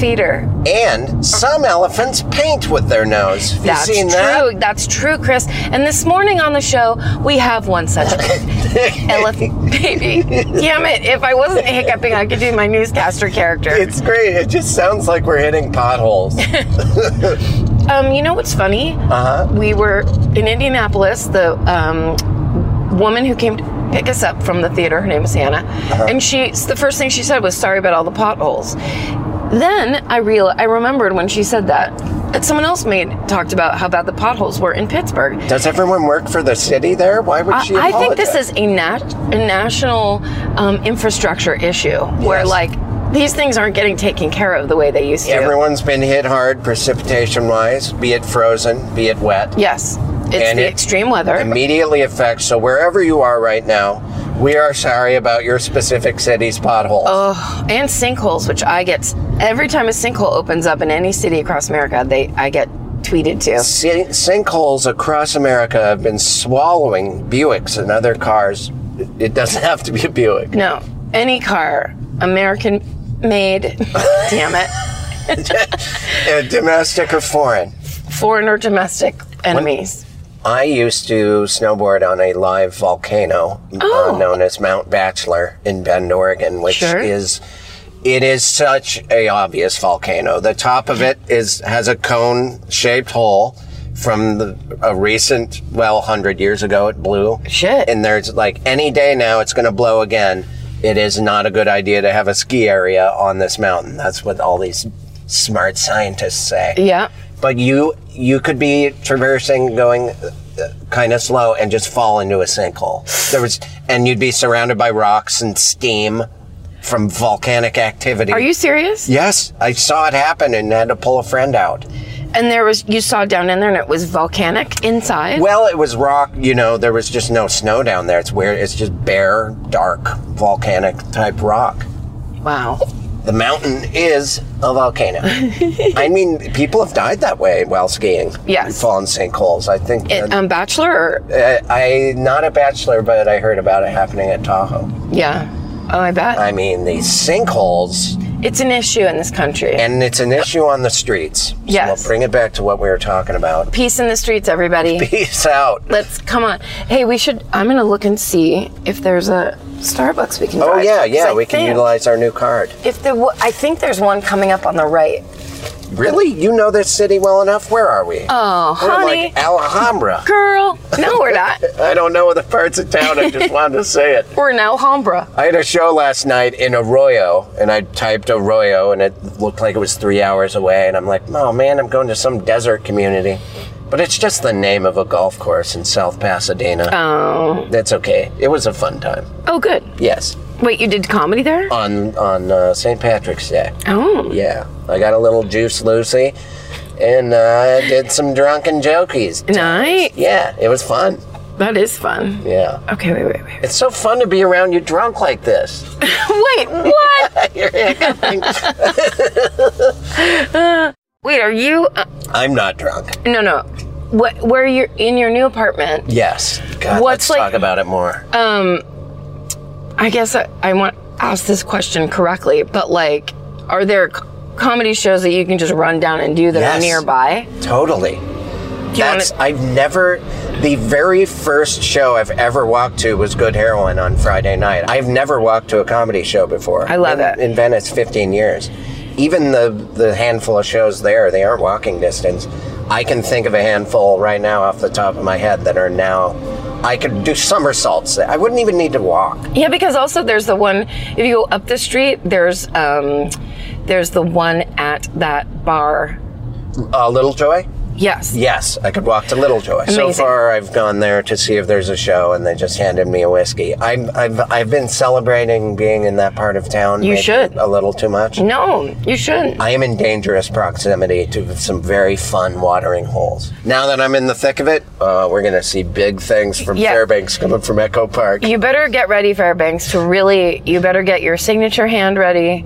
Speaker 6: feeder.
Speaker 3: And some elephants paint with their nose. Have
Speaker 6: That's
Speaker 3: you seen
Speaker 6: true.
Speaker 3: that?
Speaker 6: That's true, Chris. And this morning on the show, we have
Speaker 3: *laughs*
Speaker 6: one such elephant baby. Damn it! If I wasn't hiccuping, I could do my newscaster character.
Speaker 3: It's great. It just sounds like we're hitting
Speaker 6: *laughs*
Speaker 3: potholes.
Speaker 6: Um, you know what's funny?
Speaker 3: Uh-huh.
Speaker 6: Uh huh. We were in Indianapolis. The um, woman who came to pick us up from the theater, her name is Hannah,
Speaker 3: Uh-huh.
Speaker 6: and she. The first thing she said was, "Sorry about all the potholes." Then I real I remembered when she said that. that Someone else made talked about how bad the potholes were in Pittsburgh.
Speaker 3: Does everyone work for the city there? Why would she?
Speaker 6: I, I think this
Speaker 3: apologize?
Speaker 6: is a, nat- a national um, infrastructure issue where,
Speaker 3: Yes.
Speaker 6: like, these things aren't getting taken care of the way they used to.
Speaker 3: Everyone's been hit hard precipitation wise, be it frozen, be it wet.
Speaker 6: Yes, it's
Speaker 3: And
Speaker 6: the
Speaker 3: it-
Speaker 6: extreme weather.
Speaker 3: Immediately affects. So wherever you are right now, we are sorry about your specific city's potholes.
Speaker 6: Oh, Ugh, and sinkholes, which I get s- every time a sinkhole opens up in any city across America, they I get tweeted to.
Speaker 3: Sin- sinkholes across America have been swallowing Buicks and other cars. It- It doesn't *laughs* have to be a Buick.
Speaker 6: No, any car, American
Speaker 3: *laughs*
Speaker 6: made, damn it,
Speaker 3: Uh, domestic or foreign.
Speaker 6: foreign or domestic enemies.
Speaker 3: I used to snowboard on a live volcano uh, known as Mount Bachelor in Bend, Oregon, which
Speaker 6: Oh. Sure.
Speaker 3: is it is such a obvious volcano. The top of it is has a cone shaped hole from the, a recent well 100 years ago it blew.
Speaker 6: Shit.
Speaker 3: And there's like any day now it's going to blow again. It is not a good idea to have a ski area on this mountain. That's what all these smart scientists say
Speaker 6: Yeah.
Speaker 3: but you you could be traversing going kind of slow and just fall into a sinkhole there was and you'd be surrounded by rocks and steam from volcanic activity
Speaker 6: Are you serious?
Speaker 3: yes i saw it happen and had to pull a friend out
Speaker 6: And there was you saw down in there, and it was volcanic inside.
Speaker 3: well it was rock you know there was just no snow down there it's weird it's just bare dark volcanic type rock
Speaker 6: Wow.
Speaker 3: the mountain is a
Speaker 6: *laughs*
Speaker 3: volcano. I mean, people have died that way while skiing.
Speaker 6: Yes.
Speaker 3: Fallen sinkholes. I think
Speaker 6: It, um, Bachelor? Or,
Speaker 3: Uh, I not a bachelor, but I heard about it happening at Tahoe.
Speaker 6: yeah. Oh, I bet.
Speaker 3: I mean, these sinkholes,
Speaker 6: it's an issue in this country.
Speaker 3: and it's an issue on the streets. So
Speaker 6: Yes.
Speaker 3: we'll bring it back to what we were talking about. *laughs*
Speaker 6: Peace in the streets, everybody.
Speaker 3: Peace out.
Speaker 6: Let's come on. Hey, we should. I'm going to look and see if there's a Starbucks we can
Speaker 3: Oh
Speaker 6: drive to,
Speaker 3: yeah,
Speaker 6: 'cause
Speaker 3: yeah.
Speaker 6: I
Speaker 3: We can
Speaker 6: think
Speaker 3: utilize our new card.
Speaker 6: If there, wa- I think there's one coming up on the right.
Speaker 3: Really? You know this city well enough? Where are we?
Speaker 6: Oh,
Speaker 3: We're
Speaker 6: honey.
Speaker 3: like Alhambra.
Speaker 6: Girl, no, we're not.
Speaker 3: *laughs* I don't know the parts of town. I just wanted to say it.
Speaker 6: We're in Alhambra.
Speaker 3: I had a show last night in Arroyo, and I typed Arroyo, and it looked like it was three hours away. And I'm like, oh man, I'm going to some desert community. But it's just the name of a golf course in South Pasadena.
Speaker 6: Oh,
Speaker 3: That's okay. It was a fun time.
Speaker 6: oh, good.
Speaker 3: Yes.
Speaker 6: Wait, you did comedy there?
Speaker 3: On on uh, St. Patrick's Day.
Speaker 6: Oh,
Speaker 3: Yeah. I got a little juice Lucy, and uh, I did some drunken jokies.
Speaker 6: night.
Speaker 3: Yeah, it was fun.
Speaker 6: That is fun.
Speaker 3: Yeah.
Speaker 6: Okay, wait, wait, *laughs* wait.
Speaker 3: It's so fun to be around you drunk like this.
Speaker 6: Wait, what?
Speaker 3: *laughs*
Speaker 6: *laughs* wait, are you? Uh,
Speaker 3: I'm not drunk.
Speaker 6: no, no. What? Where you're in your new apartment?
Speaker 3: Yes. God,
Speaker 6: What's
Speaker 3: let's
Speaker 6: like-
Speaker 3: talk about it more.
Speaker 6: Um, I guess I, I want to ask this question correctly, but like, are there c- comedy shows that you can just run down and do that
Speaker 3: Yes.
Speaker 6: are nearby?
Speaker 3: totally. That's I've never the very first show I've ever walked to was Good Heroin on Friday night. I've never walked to a comedy show before.
Speaker 6: I love
Speaker 3: in,
Speaker 6: it.
Speaker 3: In Venice, fifteen years. Even the the handful of shows there, they aren't walking distance. I can think of a handful right now off the top of my head that are now. I could do somersaults. I wouldn't even need to walk.
Speaker 6: Yeah, because also there's the one if you go up the street, there's um, there's the one at that bar.
Speaker 3: Uh, Little Joy.
Speaker 6: Yes.
Speaker 3: Yes, I could walk to Little Joy. So
Speaker 6: Amazing.
Speaker 3: far, I've gone there to see if there's a show, and they just handed me a whiskey. I'm, I've I've been celebrating being in that part of town. You
Speaker 6: should.
Speaker 3: a little too much.
Speaker 6: No, you shouldn't.
Speaker 3: I am in dangerous proximity to some very fun watering holes. Now that I'm in the thick of it, uh, we're gonna see big things from
Speaker 6: Yeah.
Speaker 3: Fairbanks coming from Echo Park.
Speaker 6: You better get ready, Fairbanks, to really, you better get your signature hand ready.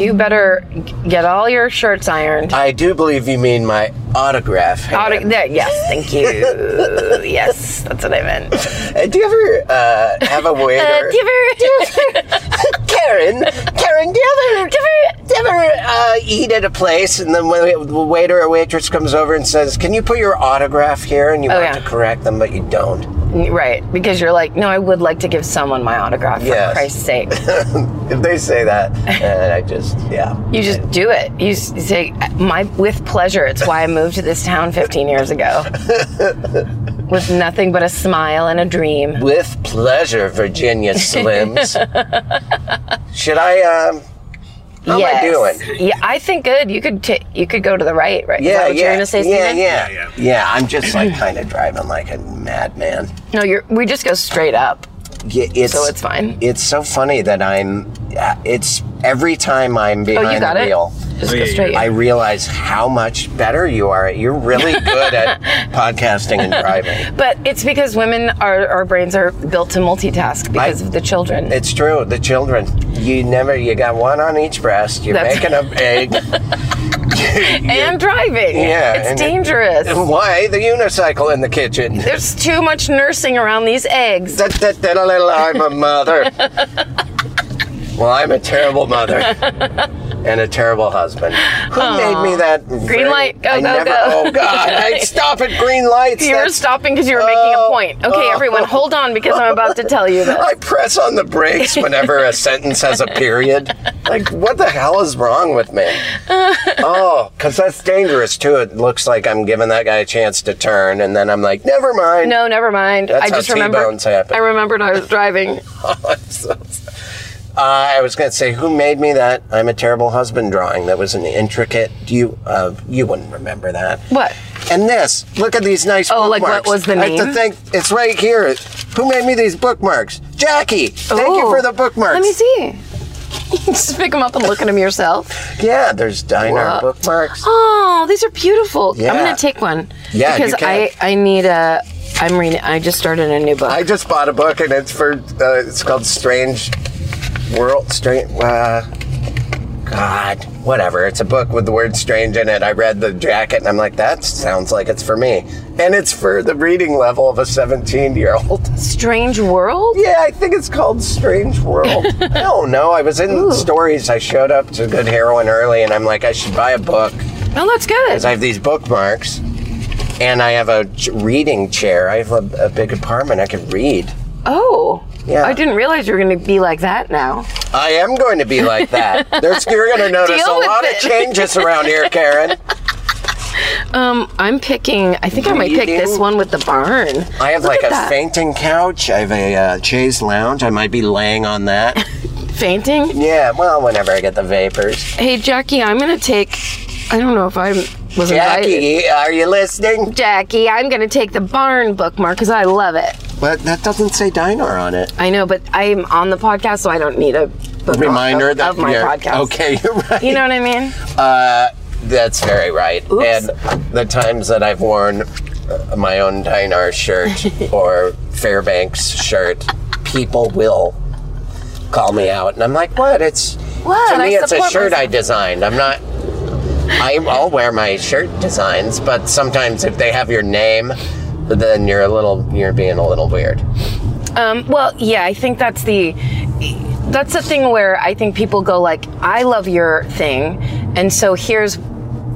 Speaker 6: You better g- get all your shirts ironed.
Speaker 3: I do believe you mean my autograph.
Speaker 6: Out
Speaker 3: hand.
Speaker 6: of, there, yes, thank you. *laughs* yes, that's what I meant.
Speaker 3: Uh, do you ever uh, have
Speaker 6: *laughs*
Speaker 3: a
Speaker 6: Uh,
Speaker 3: waiter?
Speaker 6: do you ever-
Speaker 3: Karen, Karen, do you ever, do you ever, do you ever uh, eat at a place and then when the waiter or waitress comes over and says, "Can you put your autograph here?" and you want
Speaker 6: Oh, yeah.
Speaker 3: to correct them, but you don't.
Speaker 6: *laughs* right, because you're like, no, I would like to give someone my autograph, for
Speaker 3: Yes. *laughs*
Speaker 6: Christ's sake.
Speaker 3: If they say that, and I just, yeah,
Speaker 6: You just do it. You s- you say, my, with pleasure, it's why I moved to this town 15
Speaker 3: *laughs*
Speaker 6: years ago. with nothing but a smile and a dream.
Speaker 3: with pleasure, Virginia
Speaker 6: *laughs*
Speaker 3: Slims. Should I? Um, how
Speaker 6: yes.
Speaker 3: am I doing?
Speaker 6: Yeah, I think good. You could t- you could go to the right, right? Is
Speaker 3: Yeah,
Speaker 6: that what
Speaker 3: yeah,
Speaker 6: you're gonna say,
Speaker 3: yeah,
Speaker 6: Steven?
Speaker 3: yeah,
Speaker 4: Yeah,
Speaker 3: yeah,
Speaker 4: yeah.
Speaker 3: I'm just like *clears throat* kind of driving like a madman.
Speaker 6: No, you're. We just go straight up,
Speaker 3: Yeah, it's,
Speaker 6: so it's fine.
Speaker 3: It's so funny that I'm. uh, It's every time I'm behind
Speaker 6: Oh, got
Speaker 3: the
Speaker 6: it?
Speaker 3: wheel.
Speaker 6: Just
Speaker 4: Oh,
Speaker 6: go
Speaker 4: yeah,
Speaker 6: straight.
Speaker 3: I realize how much better you are. at You're
Speaker 6: *laughs*
Speaker 3: really good at podcasting and driving.
Speaker 6: But it's because women are our brains are built to multitask because of the children.
Speaker 3: It's true. The children, you never, you got one on each breast. You're
Speaker 6: That's- *laughs*
Speaker 3: making up egg.
Speaker 6: and driving.
Speaker 3: Yeah,
Speaker 6: it's
Speaker 3: and-
Speaker 6: dangerous.
Speaker 3: Why the unicycle in the kitchen?
Speaker 6: There's too much nursing around these eggs.
Speaker 3: Da- da- da- da- da- I'm a mother. Well, I'm a terrible mother
Speaker 6: *laughs*
Speaker 3: and a terrible husband. Who made me that? Green
Speaker 6: light, go,
Speaker 3: I
Speaker 6: go,
Speaker 3: never,
Speaker 6: go.
Speaker 3: Oh God! I stop at green
Speaker 6: *laughs*
Speaker 3: lights.
Speaker 6: You were
Speaker 3: That's-
Speaker 6: stopping because you were making a
Speaker 3: Oh,
Speaker 6: point. Okay,
Speaker 3: oh.
Speaker 6: everyone, hold on because I'm about to tell
Speaker 3: *laughs*
Speaker 6: you this.
Speaker 3: I press on the brakes whenever a sentence has a period. Like, what the hell is wrong with me? Oh, because that's dangerous too. It looks like I'm giving that guy a chance to turn, and then I'm like, never mind. *laughs*
Speaker 6: No, never mind.
Speaker 3: That's
Speaker 6: I
Speaker 3: how
Speaker 6: just remember.
Speaker 3: T-bones happen.
Speaker 6: I remembered I was driving.
Speaker 3: uh, I was going to say, who made me that? I'm a terrible husband drawing. That was an intricate. Do you? Uh, you wouldn't remember that.
Speaker 6: What?
Speaker 3: And this, look at these nice
Speaker 6: Oh, like
Speaker 3: bookmarks.
Speaker 6: what was the
Speaker 3: I have to
Speaker 6: name?
Speaker 3: think, it's right here. Who made me these bookmarks? Jackie! Thank you
Speaker 6: Ooh.
Speaker 3: for the bookmarks.
Speaker 6: Let me see. *laughs* Just pick them up and look at them yourself.
Speaker 3: Yeah, there's diner
Speaker 6: Wha-
Speaker 3: bookmarks.
Speaker 6: Oh, these are beautiful. I'm
Speaker 3: Yeah.
Speaker 6: gonna take one.
Speaker 3: Yeah, you
Speaker 6: because
Speaker 3: can.
Speaker 6: I I need a. I'm reading. I just started a new book.
Speaker 3: I just bought a book and it's for uh, it's called Strange World Strange uh, God, whatever. It's a book with the word strange in it. I read the jacket and I'm like, that sounds like it's for me. And it's for the reading level of a 17 year old.
Speaker 6: Strange World.
Speaker 3: *laughs* Yeah, I think it's called Strange World. I don't know. I was in stories. I showed up to Good Heroin early and I'm like, I should buy a book.
Speaker 6: Oh, that's good.
Speaker 3: I have these bookmarks, and I have a ch- reading chair. I have a, a big apartment. I can read.
Speaker 6: oh,
Speaker 3: Yeah.
Speaker 6: I didn't realize you were going to be like that now.
Speaker 3: I am going to be like
Speaker 6: *laughs*
Speaker 3: that. There's, you're going to notice
Speaker 6: Deal
Speaker 3: a
Speaker 6: with
Speaker 3: lot
Speaker 6: it.
Speaker 3: of changes around here,
Speaker 6: *laughs*
Speaker 3: Karen.
Speaker 6: Um, I'm picking. I think I might pick
Speaker 3: Reading?
Speaker 6: this one with the barn.
Speaker 3: I have like a
Speaker 6: at that.
Speaker 3: fainting couch. I have a uh, chaise lounge. I might be laying on
Speaker 6: *laughs*
Speaker 3: that.
Speaker 6: Fainting.
Speaker 3: yeah, well, whenever I get the vapors.
Speaker 6: Hey, Jackie, I'm gonna take. I don't know if I was invited.
Speaker 3: Jackie, are you listening?
Speaker 6: Jackie, I'm gonna take the barn bookmark because I love it.
Speaker 3: But that doesn't say dinar on it.
Speaker 6: I know, but I'm on the podcast, so I don't need a bookmark
Speaker 3: Reminder
Speaker 6: of,
Speaker 3: that
Speaker 6: of my
Speaker 3: you're-
Speaker 6: podcast.
Speaker 3: Okay, *laughs* you're right.
Speaker 6: You know what I mean?
Speaker 3: Uh, that's very right.
Speaker 6: Oops.
Speaker 3: And the times that I've worn uh, my own Dinar
Speaker 6: *laughs*
Speaker 3: shirt or Fairbanks shirt, people will call me out, and I'm like, "What? It's
Speaker 6: What?
Speaker 3: to me,
Speaker 6: I
Speaker 3: it's a
Speaker 6: support
Speaker 3: shirt I
Speaker 6: myself.
Speaker 3: designed. I'm not. I, I'll wear my shirt designs, but sometimes if they have your name, then you're a little you're being a little weird.
Speaker 6: Um, well, yeah, I think that's the that's the thing where I think people go like, "I love your thing," and so here's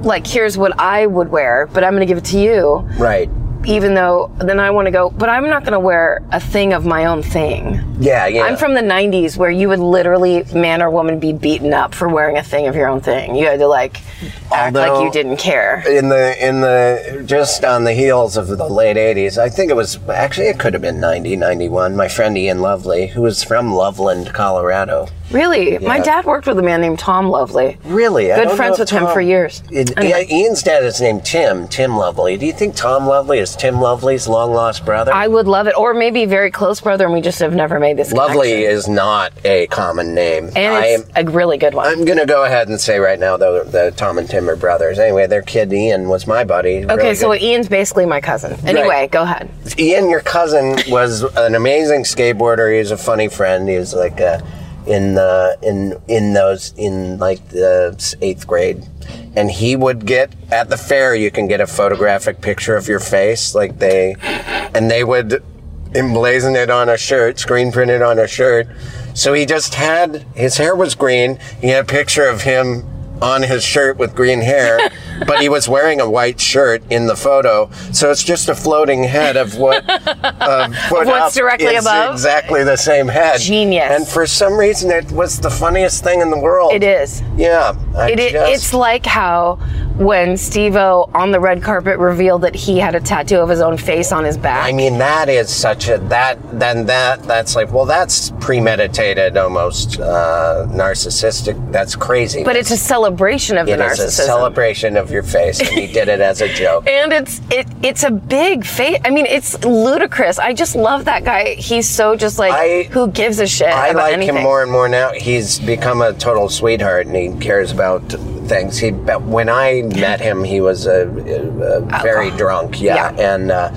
Speaker 6: like here's what I would wear, but I'm gonna give it to you,
Speaker 3: Right.
Speaker 6: even though then I want to go, but I'm not gonna wear a thing of my own thing.
Speaker 3: Yeah. Yeah.
Speaker 6: I'm from the 90s where you would literally, man or woman, be beaten up for wearing a thing of your own thing. You had to like act like
Speaker 3: Although-
Speaker 6: you didn't care.
Speaker 3: in the in the just on the heels of the late 80s i think it was actually it could have been 90 91 my friend ian lovely who was from loveland colorado
Speaker 6: Really? My dad worked with a man named Tom Lovely.
Speaker 3: really I
Speaker 6: Good
Speaker 3: don't know
Speaker 6: friends
Speaker 3: if
Speaker 6: with him
Speaker 3: Tom-
Speaker 6: for years.
Speaker 3: It- yeah, ian's dad is named tim tim lovely do you think tom lovely is tim lovely's long lost brother
Speaker 6: I would love it. Or maybe very close brother, and we just have never made this
Speaker 3: lovely
Speaker 6: connection.
Speaker 3: is not a common name
Speaker 6: And it's
Speaker 3: i'm
Speaker 6: a really good one.
Speaker 3: I'm gonna go ahead and say right now though that Tom and Tim are brothers. Anyway, their kid Ian was my buddy.
Speaker 6: okay,
Speaker 3: Really
Speaker 6: so
Speaker 3: good
Speaker 6: Ian's basically my cousin. Anyway, go ahead.
Speaker 3: Ian, your cousin, was an amazing skateboarder. He's a funny friend. He was like uh, in the in in those in like the eighth grade, and he would get at the fair. You can get a photographic picture of your face, like they, and they would emblazon it on a shirt, screen print it on a shirt. So he just had his hair was green. He had a picture of him on his shirt with green
Speaker 6: *laughs*
Speaker 3: hair, but he was wearing a white shirt in the photo. So it's just a floating head of
Speaker 6: *laughs*
Speaker 3: what of what
Speaker 6: what's
Speaker 3: up
Speaker 6: directly
Speaker 3: is
Speaker 6: above?
Speaker 3: Exactly the same head.
Speaker 6: Genius.
Speaker 3: And for some reason, it was the funniest thing in the world.
Speaker 6: It is.
Speaker 3: Yeah. I
Speaker 6: It, it,
Speaker 3: just-
Speaker 6: it's like how when Steve O on the red carpet revealed that he had a tattoo of his own face on his back.
Speaker 3: I mean, that is such a that then that that's like well, that's premeditated, almost uh, narcissistic. That's crazy.
Speaker 6: but it's a celebration of
Speaker 3: it
Speaker 6: the
Speaker 3: is a
Speaker 6: narcissism.
Speaker 3: celebration of your face, and he did it as a joke.
Speaker 6: and it's it it's a big face. I mean, it's ludicrous. I just love that guy. He's so just like
Speaker 3: I-
Speaker 6: who gives a shit
Speaker 3: I
Speaker 6: about
Speaker 3: like
Speaker 6: anything.
Speaker 3: him more and more now. He's become a total sweetheart, and he cares about things. He but when I met him, he was a, a very drunk. Yeah, and. Uh,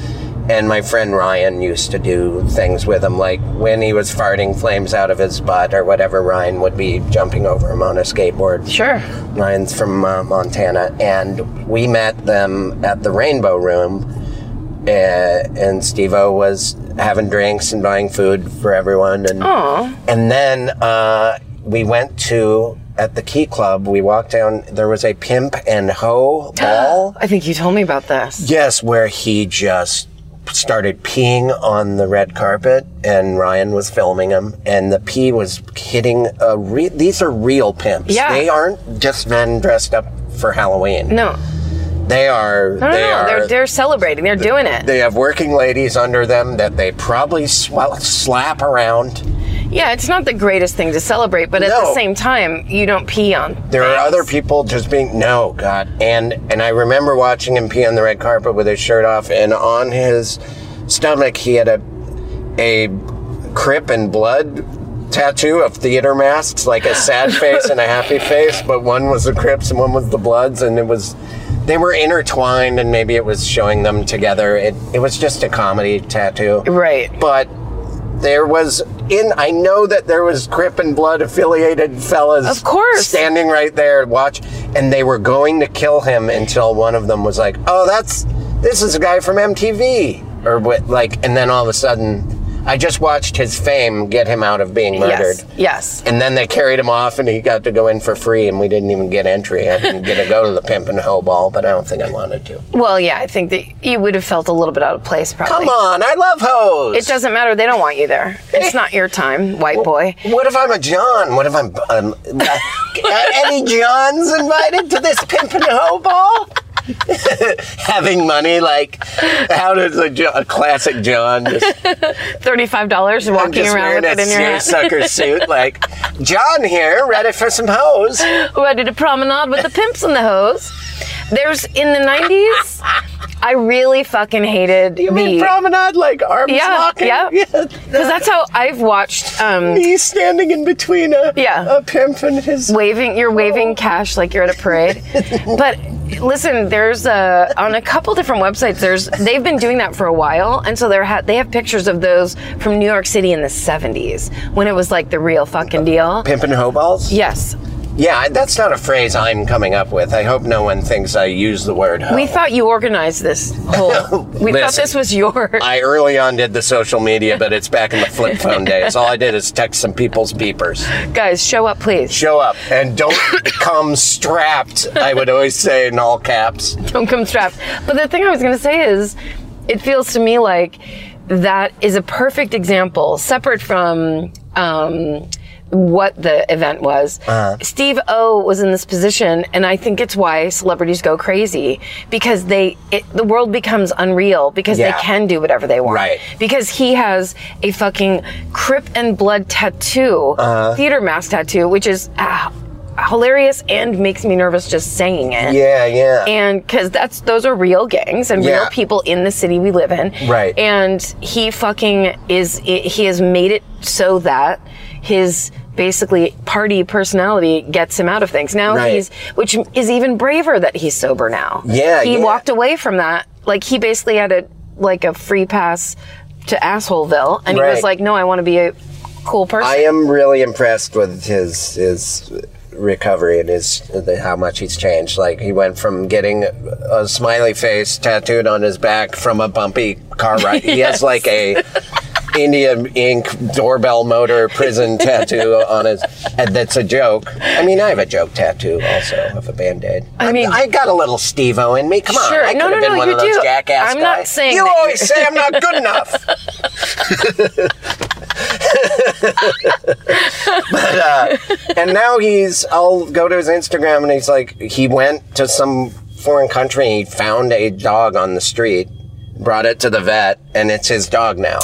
Speaker 3: and my friend Ryan used to do things with him, like when he was farting flames out of his butt or whatever. Ryan would be jumping over him on a skateboard.
Speaker 6: Sure.
Speaker 3: Ryan's from uh, Montana, and we met them at the Rainbow Room, uh, and Steve-O was having drinks and buying food for everyone, and and then uh, we went to at the Key Club. We walked down. There was a pimp and hoe ball.
Speaker 6: I think you told me about this.
Speaker 3: Yes, where he just started peeing on the red carpet, and Ryan was filming him, and the pee was hitting a. Re- These are real pimps.
Speaker 6: Yeah.
Speaker 3: they aren't just men dressed up for Halloween.
Speaker 6: No,
Speaker 3: they are.
Speaker 6: no, no,
Speaker 3: they
Speaker 6: no.
Speaker 3: are.
Speaker 6: They're they're celebrating. They're doing it.
Speaker 3: they have working ladies under them that they probably swa- slap around.
Speaker 6: yeah, it's not the greatest thing to celebrate, but at
Speaker 3: No.
Speaker 6: the same time, you don't pee on.
Speaker 3: There are
Speaker 6: things.
Speaker 3: other people just being no God, and and I remember watching him pee on the red carpet with his shirt off, and on his stomach he had a a Crip and blood tattoo of theater masks, like a
Speaker 6: *laughs*
Speaker 3: sad face and a happy face, but one was the Crips and one was the Bloods, and it was they were intertwined, and maybe it was showing them together. It it was just a comedy tattoo,
Speaker 6: Right.
Speaker 3: But. There was in I know that there was Crip and Blood affiliated fellas
Speaker 6: Of course.
Speaker 3: standing right there and watch and they were going to kill him until one of them was like oh that's this is a guy from mtv or what like and then all of a sudden I just watched his fame get him out of being murdered.
Speaker 6: Yes. Yes.
Speaker 3: And then they carried him off, and he got to go in for free, and we didn't even get entry. I didn't get to go to the Pimp and Hoe Ball, but I don't think I wanted to.
Speaker 6: Well, yeah, I think that you would have felt a little bit out of place probably.
Speaker 3: Come on, I love hoes.
Speaker 6: It doesn't matter. They don't want you there. It's not your time, white boy.
Speaker 3: What if I'm a John? What if I'm um,
Speaker 6: *laughs*
Speaker 3: uh, are any Johns invited to this pimp and hoe ball? *laughs* Having money, like how does a, Jo- a classic John just,
Speaker 6: Thirty-five dollars
Speaker 3: I'm
Speaker 6: walking
Speaker 3: just wearing
Speaker 6: around with
Speaker 3: a
Speaker 6: it in your hand,
Speaker 3: seersucker
Speaker 6: *laughs*
Speaker 3: suit? Like John here, ready for some hoes?
Speaker 6: ready to promenade with the pimps and the hoes. There's in the nineties. I really fucking hated
Speaker 3: You
Speaker 6: the
Speaker 3: mean promenade like arms
Speaker 6: Yeah,
Speaker 3: locking? *laughs*
Speaker 6: yeah. because that's how I've watched. Um,
Speaker 3: He's standing in between a
Speaker 6: Yeah.
Speaker 3: a pimp and his
Speaker 6: waving you're waving cash like you're at a parade but listen there's a on a couple different websites there's they've been doing that for a while and so they're ha- they have pictures of those from new york city in the 70s when it was like the real fucking deal
Speaker 3: pimp and hoe balls.
Speaker 6: yes
Speaker 3: Yeah, I- that's not a phrase I'm coming up with. I hope no one thinks I use the word hoe.
Speaker 6: we thought you organized this whole we thought
Speaker 3: Listen.
Speaker 6: this was yours
Speaker 3: I early on did the social media, but it's back in the flip phone days. All I did is text some people's beepers.
Speaker 6: guys show up please
Speaker 3: Show up and don't come strapped, I would always say in all caps.
Speaker 6: *laughs* don't come strapped but the thing i was going to say is it feels to me like that is a perfect example separate from um, what the event was.
Speaker 3: Uh-huh.
Speaker 6: Steve O was in this position, and I think it's why celebrities go crazy because they it, the world becomes unreal because
Speaker 3: Yeah.
Speaker 6: they can do whatever they want.
Speaker 3: Right.
Speaker 6: Because he has a fucking Crip and Blood tattoo,
Speaker 3: Uh-huh.
Speaker 6: theater mask tattoo, which is ah, hilarious and makes me nervous just saying it
Speaker 3: Yeah, yeah.
Speaker 6: and because that's those are real gangs and
Speaker 3: Yeah.
Speaker 6: real people in the city we live in
Speaker 3: Right.
Speaker 6: and he fucking is he has made it so that his basically party personality gets him out of things now
Speaker 3: Right.
Speaker 6: he's which is even braver that he's sober now
Speaker 3: Yeah,
Speaker 6: he
Speaker 3: yeah.
Speaker 6: walked away from that like he basically had a like a free pass to assholeville and he
Speaker 3: Right.
Speaker 6: was like no i want to be a cool person
Speaker 3: I am really impressed with his his recovery and his the, how much he's changed. Like he went from getting a smiley face tattooed on his back from a bumpy car ride. He
Speaker 6: *laughs*
Speaker 3: has like a India ink doorbell motor
Speaker 6: *laughs*
Speaker 3: prison tattoo on his and that's a joke. I mean, I have a joke tattoo also of a band-aid. I
Speaker 6: mean-
Speaker 3: I got a little Steve-O in me. Come on.
Speaker 6: Sure.
Speaker 3: I could
Speaker 6: No, no,
Speaker 3: have been
Speaker 6: no,
Speaker 3: one of
Speaker 6: you
Speaker 3: those
Speaker 6: do.
Speaker 3: jackass
Speaker 6: I'm not
Speaker 3: guys.
Speaker 6: saying
Speaker 3: You
Speaker 6: that you're-
Speaker 3: always say I'm not
Speaker 6: *laughs*
Speaker 3: good enough. uh, and now he's i'll go to his instagram and he's like he went to some foreign country and he found a dog on the street brought it to the vet and it's his dog now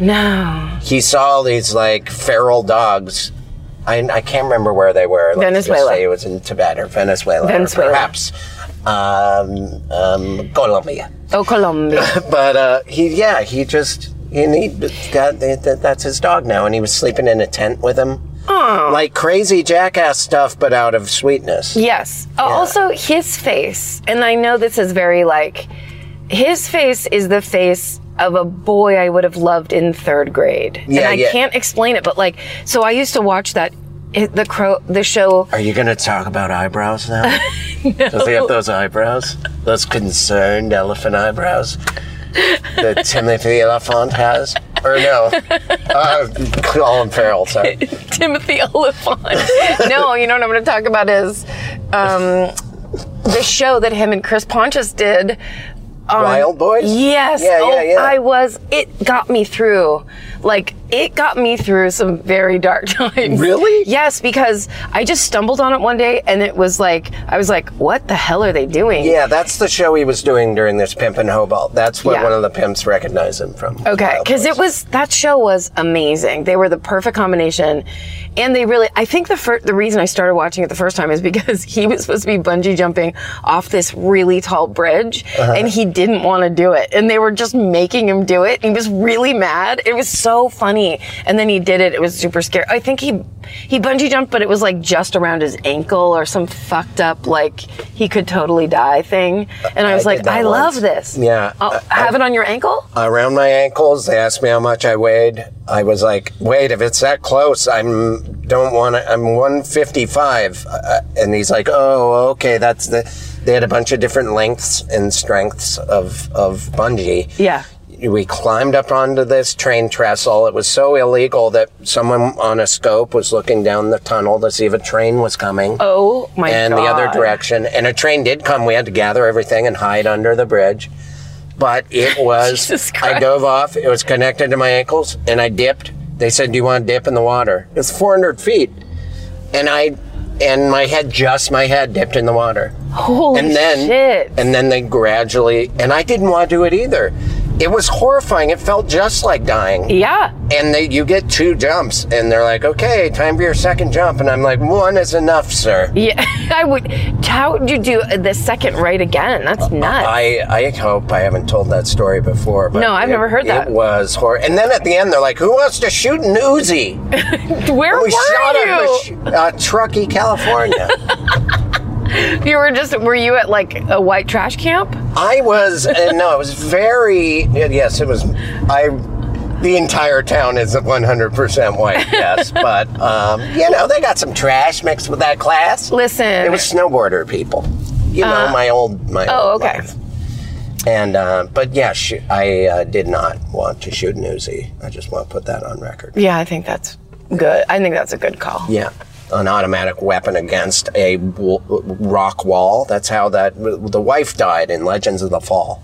Speaker 6: no
Speaker 3: he saw all these like feral dogs I, I can't remember where they were. Let's just
Speaker 6: Venezuela.
Speaker 3: say it was in Tibet or Venezuela. or
Speaker 6: Venezuela.
Speaker 3: perhaps um, um, Colombia.
Speaker 6: oh colombia
Speaker 3: But uh, he, yeah, he just and he got that, that's his dog now, and he was sleeping in a tent with him.
Speaker 6: Oh.
Speaker 3: Like crazy jackass stuff, but out of sweetness.
Speaker 6: Yes. Uh, Also, his face, and I know this is very like, his face is the face of a boy I would have loved in third grade. and
Speaker 3: Yeah,
Speaker 6: I
Speaker 3: yeah.
Speaker 6: can't explain it, but like, so I used to watch that. it- The crow, the show. *laughs*
Speaker 3: Are you gonna talk about eyebrows now? Does he have those eyebrows? Those concerned elephant eyebrows
Speaker 6: *laughs*
Speaker 3: that Timothy Elephant has? Or no, uh, Colin Farrell. Sorry.
Speaker 6: Timothy Oliphant. *laughs* no, you know what I'm going to talk about is um, the show that him and Chris Pontius did. Um,
Speaker 3: Wild Boys?
Speaker 6: Yes.
Speaker 3: Yeah,
Speaker 6: oh,
Speaker 3: yeah, yeah.
Speaker 6: I was. It got me through. Like it got me through some very dark *laughs* times.
Speaker 3: Really?
Speaker 6: Yes, because I just stumbled on it one day, and it was like I was like, "What the hell are they doing?"
Speaker 3: Yeah, that's the show he was doing during this Pimp and Hobalt. That's what
Speaker 6: Yeah.
Speaker 3: one of the pimps recognized him from.
Speaker 6: Okay,
Speaker 3: Wild
Speaker 6: because
Speaker 3: Boys.
Speaker 6: it was that show was amazing. They were the perfect combination, and they really. I think the fir- the reason I started watching it the first time is *laughs* because he was supposed to be bungee jumping off this really tall bridge,
Speaker 3: Uh-huh.
Speaker 6: and he didn't want to do it, and they were just making him do it. He was really mad. It was so funny, and then he did it. It was super scary. I think he he bungee jumped, but it was like just around his ankle or some fucked up like he could totally die thing. And I was
Speaker 3: did
Speaker 6: like,
Speaker 3: that
Speaker 6: I
Speaker 3: once.
Speaker 6: love this.
Speaker 3: Yeah,
Speaker 6: Oh,
Speaker 3: I-
Speaker 6: have it on your ankle.
Speaker 3: around my ankles. They asked me how much I weighed. I was like, "Wait, if it's that close, I'm don't want to. I'm 155." Uh, and he's like, "Oh, okay, that's the." They had a bunch of different lengths and strengths of of bungee.
Speaker 6: Yeah.
Speaker 3: we climbed up onto this train trestle. It was so illegal that someone on a scope was looking down the tunnel to see if a train was coming.
Speaker 6: Oh my
Speaker 3: and
Speaker 6: god.
Speaker 3: the other direction. And a train did come. We had to gather everything and hide under the bridge. But
Speaker 6: *laughs*
Speaker 3: it was,
Speaker 6: Jesus
Speaker 3: I dove off. It was connected to my ankles and I dipped. They said, Do you want to dip in the water? It's 400 feet. And I, and my head, just my head dipped in the water.
Speaker 6: Holy
Speaker 3: and then,
Speaker 6: shit.
Speaker 3: and then they gradually, and I didn't want to do it either. It was horrifying. It felt just like dying.
Speaker 6: yeah.
Speaker 3: And they, you get two jumps, and they're like, okay, time for your second jump. And I'm like, one is enough, sir.
Speaker 6: Yeah. *laughs* I would how would you do the second right again?
Speaker 3: Oh
Speaker 6: That's nuts.
Speaker 3: I, I hope I haven't told that story before. But
Speaker 6: No, I've
Speaker 3: it-
Speaker 6: never heard that.
Speaker 3: It was horror. And then at the end, they're like, "Who wants to shoot an Uzi?"
Speaker 6: Where were
Speaker 3: We shot
Speaker 6: you?
Speaker 3: at Mich- uh, Truckee,
Speaker 6: *laughs*
Speaker 3: California.
Speaker 6: You were just were you at like a white trash camp?
Speaker 3: I was uh, no, it was very yes, it was. I the entire town is 100% white.
Speaker 6: *laughs*
Speaker 3: Yes, but um, you know they got some trash mixed with that class.
Speaker 6: Listen.
Speaker 3: It was snowboarder people. You know, my old my
Speaker 6: Oh,
Speaker 3: old
Speaker 6: okay.
Speaker 3: life. And uh, but yeah, sh- I uh, did not want to shoot an Uzi. I just want to put that on record.
Speaker 6: Yeah, I think that's good. I think that's a good call.
Speaker 3: Yeah, an automatic weapon against a w- rock wall. That's how that the wife died in Legends of the Fall.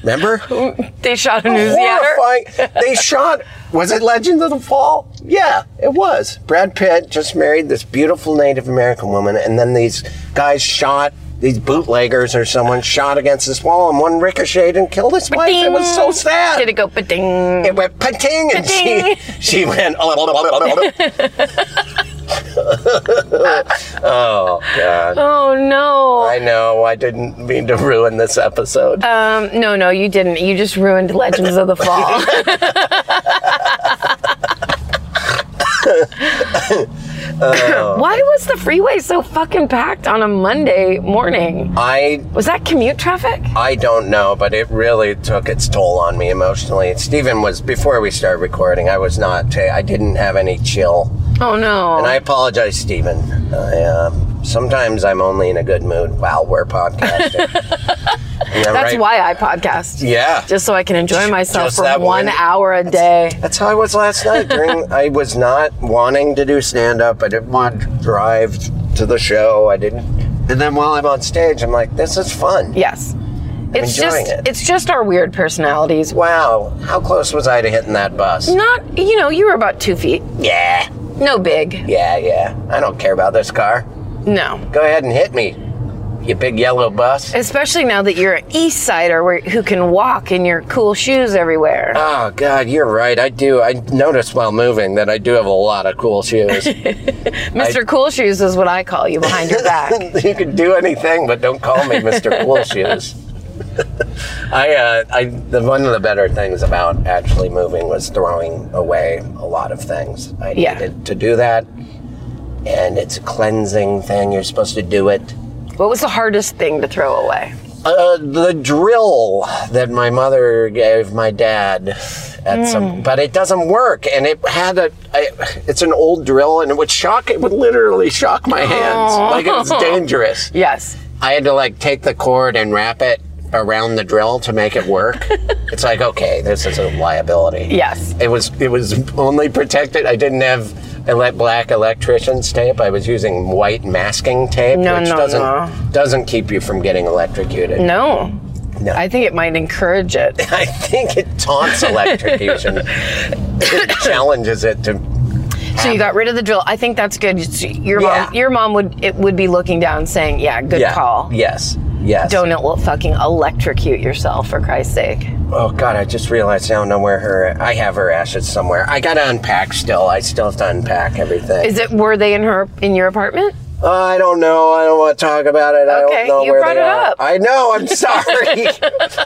Speaker 3: Remember?
Speaker 6: They shot
Speaker 3: Oh,
Speaker 6: a news at her.
Speaker 3: Horrifying.
Speaker 6: *laughs*
Speaker 3: they shot. Was it Legends of the Fall? Yeah, it was. Brad Pitt just married this beautiful Native American woman, and then these guys shot these bootleggers or someone shot against this wall, and one ricocheted and killed his wife. It was so sad.
Speaker 6: Did it go ba-ding?
Speaker 3: It went pating, and she *laughs* she went. oh
Speaker 6: *laughs*
Speaker 3: god!
Speaker 6: Oh no.
Speaker 3: I know. I didn't mean to ruin this episode.
Speaker 6: Um, no, no, you didn't. You just ruined Legends of the
Speaker 3: *laughs*
Speaker 6: Fall. *laughs* Why was the freeway so fucking packed on a Monday morning?
Speaker 3: I
Speaker 6: Was that commute traffic?
Speaker 3: I don't know, but it really took its toll on me emotionally. Stephen was before we started recording. I was not. I didn't have any chill,
Speaker 6: Oh no.
Speaker 3: and I apologize, Stephen. I um, sometimes I'm only in a good mood while we're
Speaker 6: *laughs*
Speaker 3: podcasting.
Speaker 6: That's why I podcast.
Speaker 3: Yeah.
Speaker 6: Just so I can enjoy myself
Speaker 3: Just
Speaker 6: for
Speaker 3: that
Speaker 6: one
Speaker 3: one.
Speaker 6: hour a day.
Speaker 3: That's how I was last night. During I was not wanting to do stand up. I didn't want to drive to the show. I didn't. And then while I'm on stage, I'm like, this is fun.
Speaker 6: Yes. It's
Speaker 3: enjoying
Speaker 6: just
Speaker 3: it.
Speaker 6: it's just our weird personalities.
Speaker 3: Wow, how close was I to hitting that bus?
Speaker 6: Not you know, you were about two feet.
Speaker 3: Yeah,
Speaker 6: No big.
Speaker 3: yeah, yeah. I don't care about this car.
Speaker 6: No.
Speaker 3: Go ahead and hit me, you big yellow bus.
Speaker 6: Especially now that you're an east sider where, who can walk in your cool shoes everywhere.
Speaker 3: Oh God, you're right. I do. I noticed while moving that I do have a lot of cool shoes.
Speaker 6: Mr. cool shoes is what I call you behind your
Speaker 3: *laughs*
Speaker 6: back.
Speaker 3: you can do anything, but don't call me Mr. Cool Shoes. I, uh, I, the, one of the better things about actually moving was throwing away a lot of things. I
Speaker 6: Yeah.
Speaker 3: needed to do that, and it's a cleansing thing. You're supposed to do it.
Speaker 6: what was the hardest thing to throw away?
Speaker 3: Uh, the drill that my mother gave my dad at
Speaker 6: Hmm.
Speaker 3: some, but it doesn't work, and it had a. I, it's an old drill, and it would shock. It would literally shock my hands, like it
Speaker 6: *laughs*
Speaker 3: was dangerous.
Speaker 6: Yes.
Speaker 3: I had to like take the cord and wrap it around the drill to make it
Speaker 6: *laughs*
Speaker 3: work. it's like, okay, this is a liability.
Speaker 6: Yes.
Speaker 3: It was it was only protected. I didn't have ele- black electrician's tape. I was using white masking tape,
Speaker 6: No,
Speaker 3: which
Speaker 6: no,
Speaker 3: doesn't
Speaker 6: no.
Speaker 3: doesn't keep you from getting electrocuted.
Speaker 6: No.
Speaker 3: No.
Speaker 6: I think it might encourage it.
Speaker 3: *laughs* I think it taunts electrocution.
Speaker 6: *coughs*
Speaker 3: it challenges it to
Speaker 6: So you got rid of the drill. I think that's good. It's- Your
Speaker 3: Yeah.
Speaker 6: mom, your mom would it would be looking down, saying, "Yeah, good
Speaker 3: yeah,
Speaker 6: call.
Speaker 3: Yes. Yes.
Speaker 6: Don't it will fucking electrocute yourself for Christ's sake."
Speaker 3: Oh God, I just realized I don't know where her. I have her ashes somewhere. I gotta unpack still. I still have to unpack everything.
Speaker 6: Is it were they in her in your apartment?
Speaker 3: I don't know. I don't want to talk about it. I
Speaker 6: Okay,
Speaker 3: don't know
Speaker 6: you
Speaker 3: where
Speaker 6: brought
Speaker 3: they
Speaker 6: it
Speaker 3: are.
Speaker 6: up.
Speaker 3: I know.
Speaker 6: *laughs*
Speaker 3: I'm sorry.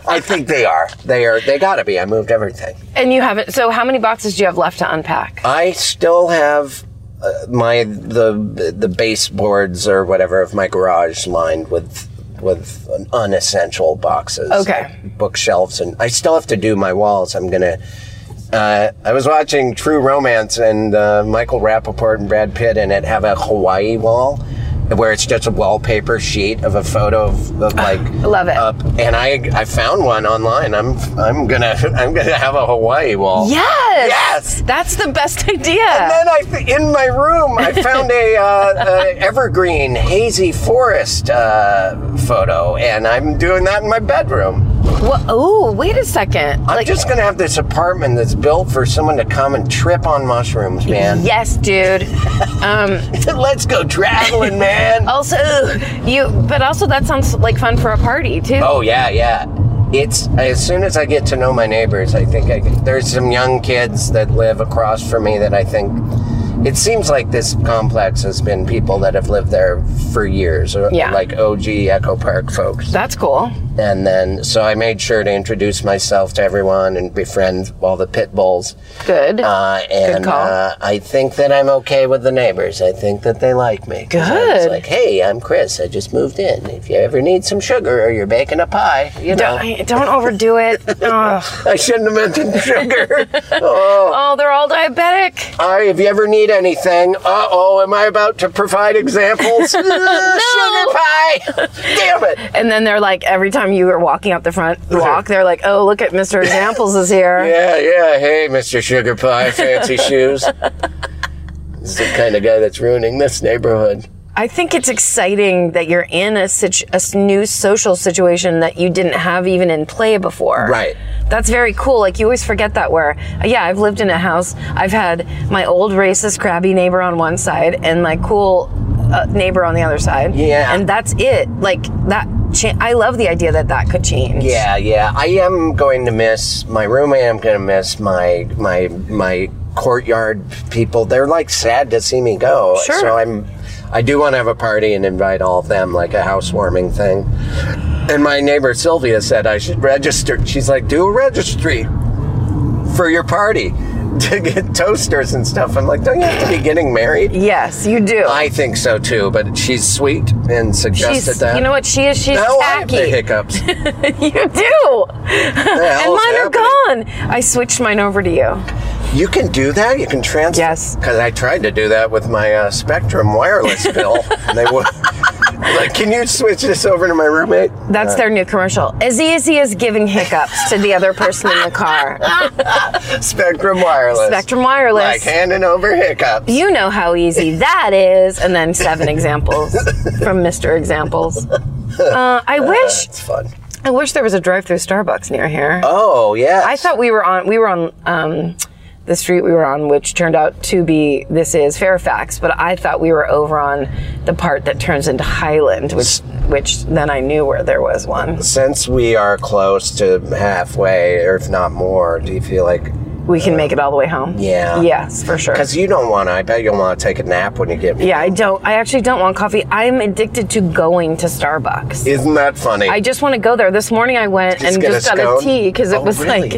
Speaker 3: I think they are. They are. They gotta be. I moved everything.
Speaker 6: And you haven't. So how many boxes do you have left to unpack?
Speaker 3: I still have uh, my the the baseboards or whatever of my garage lined with with unessential boxes.
Speaker 6: Okay.
Speaker 3: Bookshelves and I still have to do my walls. I'm gonna. Uh, I was watching True Romance and uh, Michael Rappaport and Brad Pitt in it have a Hawaii wall. where it's just a wallpaper sheet of a photo of, of like
Speaker 6: Ah, love it.
Speaker 3: up. And I I found one online. I'm I'm gonna *laughs* I'm gonna have a Hawaii wall.
Speaker 6: Yes.
Speaker 3: Yes!
Speaker 6: That's the best *laughs*
Speaker 3: And
Speaker 6: idea.
Speaker 3: then I, in my room, I found a, uh, uh evergreen hazy forest uh, photo, and I'm doing that in my bedroom.
Speaker 6: Wha- oh, wait a second.
Speaker 3: I'm just gonna have this apartment that's built for someone to come and trip on mushrooms, man.
Speaker 6: Yes, dude.
Speaker 3: *laughs* Let's go traveling,
Speaker 6: *laughs*
Speaker 3: man.
Speaker 6: Also, you. But also, that sounds like fun for a party too.
Speaker 3: Oh yeah, yeah. It's as soon as I get to know my neighbors, I think I can, there's some young kids that live across from me that I think it seems like this complex has been people that have lived there for years, uh,
Speaker 6: Yeah.
Speaker 3: like OG Echo Park folks.
Speaker 6: That's cool.
Speaker 3: And then so I made sure to introduce myself to everyone and befriend all the pit bulls.
Speaker 6: Good.
Speaker 3: Uh, and
Speaker 6: call.
Speaker 3: Uh, I think that I'm okay with the neighbors. I think that they like me. 'Cause I was
Speaker 6: Good.
Speaker 3: like, hey, I'm Chris. I just moved in. If you ever need some sugar or you're baking a pie, you know,
Speaker 6: don't, I- don't
Speaker 3: *laughs*
Speaker 6: overdo it. Ugh.
Speaker 3: I shouldn't have mentioned
Speaker 6: *laughs*
Speaker 3: sugar. oh,
Speaker 6: Oh, they're all diabetic.
Speaker 3: I, if you ever need anything, uh oh, am I about to provide
Speaker 6: *laughs*
Speaker 3: examples? *laughs* Ugh, Sugar pie. Damn it.
Speaker 6: And then they're like, every time you are walking up the front walk, they're like, oh, look at Mr. Examples is here.
Speaker 3: *laughs* Yeah, yeah. Hey, Mr. Sugar Pie, fancy shoes. This is the kind of guy that's ruining this neighborhood.
Speaker 6: I think it's exciting that you're in a, situ- a s- new social situation that you didn't have even in play before.
Speaker 3: Right.
Speaker 6: That's very cool. Like you always forget that. Where yeah, I've lived in a house. I've had my old racist, crabby neighbor on one side, and my cool uh, neighbor on the other side.
Speaker 3: Yeah.
Speaker 6: And that's it. Like that. Cha- I love the idea that that could change.
Speaker 3: Yeah, yeah. I am going to miss my roommate. I'm going to miss my my my courtyard people. They're like sad to see me go.
Speaker 6: Sure.
Speaker 3: So I'm I do want to have a party and invite all of them like a housewarming thing. And my neighbor Sylvia said I should register. She's like, "Do a registry for your party." *laughs* To get toasters and stuff. I'm like, don't you have to be getting married?
Speaker 6: Yes, you do.
Speaker 3: I think so too, but she's sweet and suggested
Speaker 6: She's,
Speaker 3: that.
Speaker 6: you know what she is? She's
Speaker 3: Now I have
Speaker 6: tacky.
Speaker 3: the hiccups. What
Speaker 6: *laughs* you do. *laughs*
Speaker 3: the
Speaker 6: and
Speaker 3: hell's
Speaker 6: mine are
Speaker 3: happening?
Speaker 6: gone. I switched mine over to you.
Speaker 3: You can do that. You can transfer.
Speaker 6: Yes.
Speaker 3: Because I tried to do that with my uh, Spectrum
Speaker 6: *laughs*
Speaker 3: wireless bill. and they would. Like, can you switch this over to my roommate?
Speaker 6: That's their new commercial. As easy as giving hiccups to the other person in
Speaker 3: *laughs*
Speaker 6: the car.
Speaker 3: Spectrum wireless.
Speaker 6: Spectrum Wireless.
Speaker 3: Like handing over hiccups.
Speaker 6: you know how easy that is. And then seven examples from Mr. Examples. Uh, I wish
Speaker 3: It's fun.
Speaker 6: I wish there was a drive-through Starbucks near here.
Speaker 3: Oh yeah.
Speaker 6: I thought we were on we were on um, the street we were on, which turned out to be this is Fairfax, but I thought we were over on the part that turns into Highland, which which then I knew where there was one.
Speaker 3: since we are close to halfway, or if not more, do you feel like?
Speaker 6: We can make it all the way home.
Speaker 3: Yeah.
Speaker 6: Yes, for sure.
Speaker 3: Because you don't want to. I bet you'll want to take a nap when you get.
Speaker 6: Yeah, I don't. I actually don't want coffee. I'm addicted to going to Starbucks.
Speaker 3: Isn't that funny?
Speaker 6: I just want to go there. This morning I went
Speaker 3: Just
Speaker 6: and
Speaker 3: get a
Speaker 6: just got
Speaker 3: scone?
Speaker 6: a tea because it
Speaker 3: Oh,
Speaker 6: was *laughs*
Speaker 3: really?
Speaker 6: like,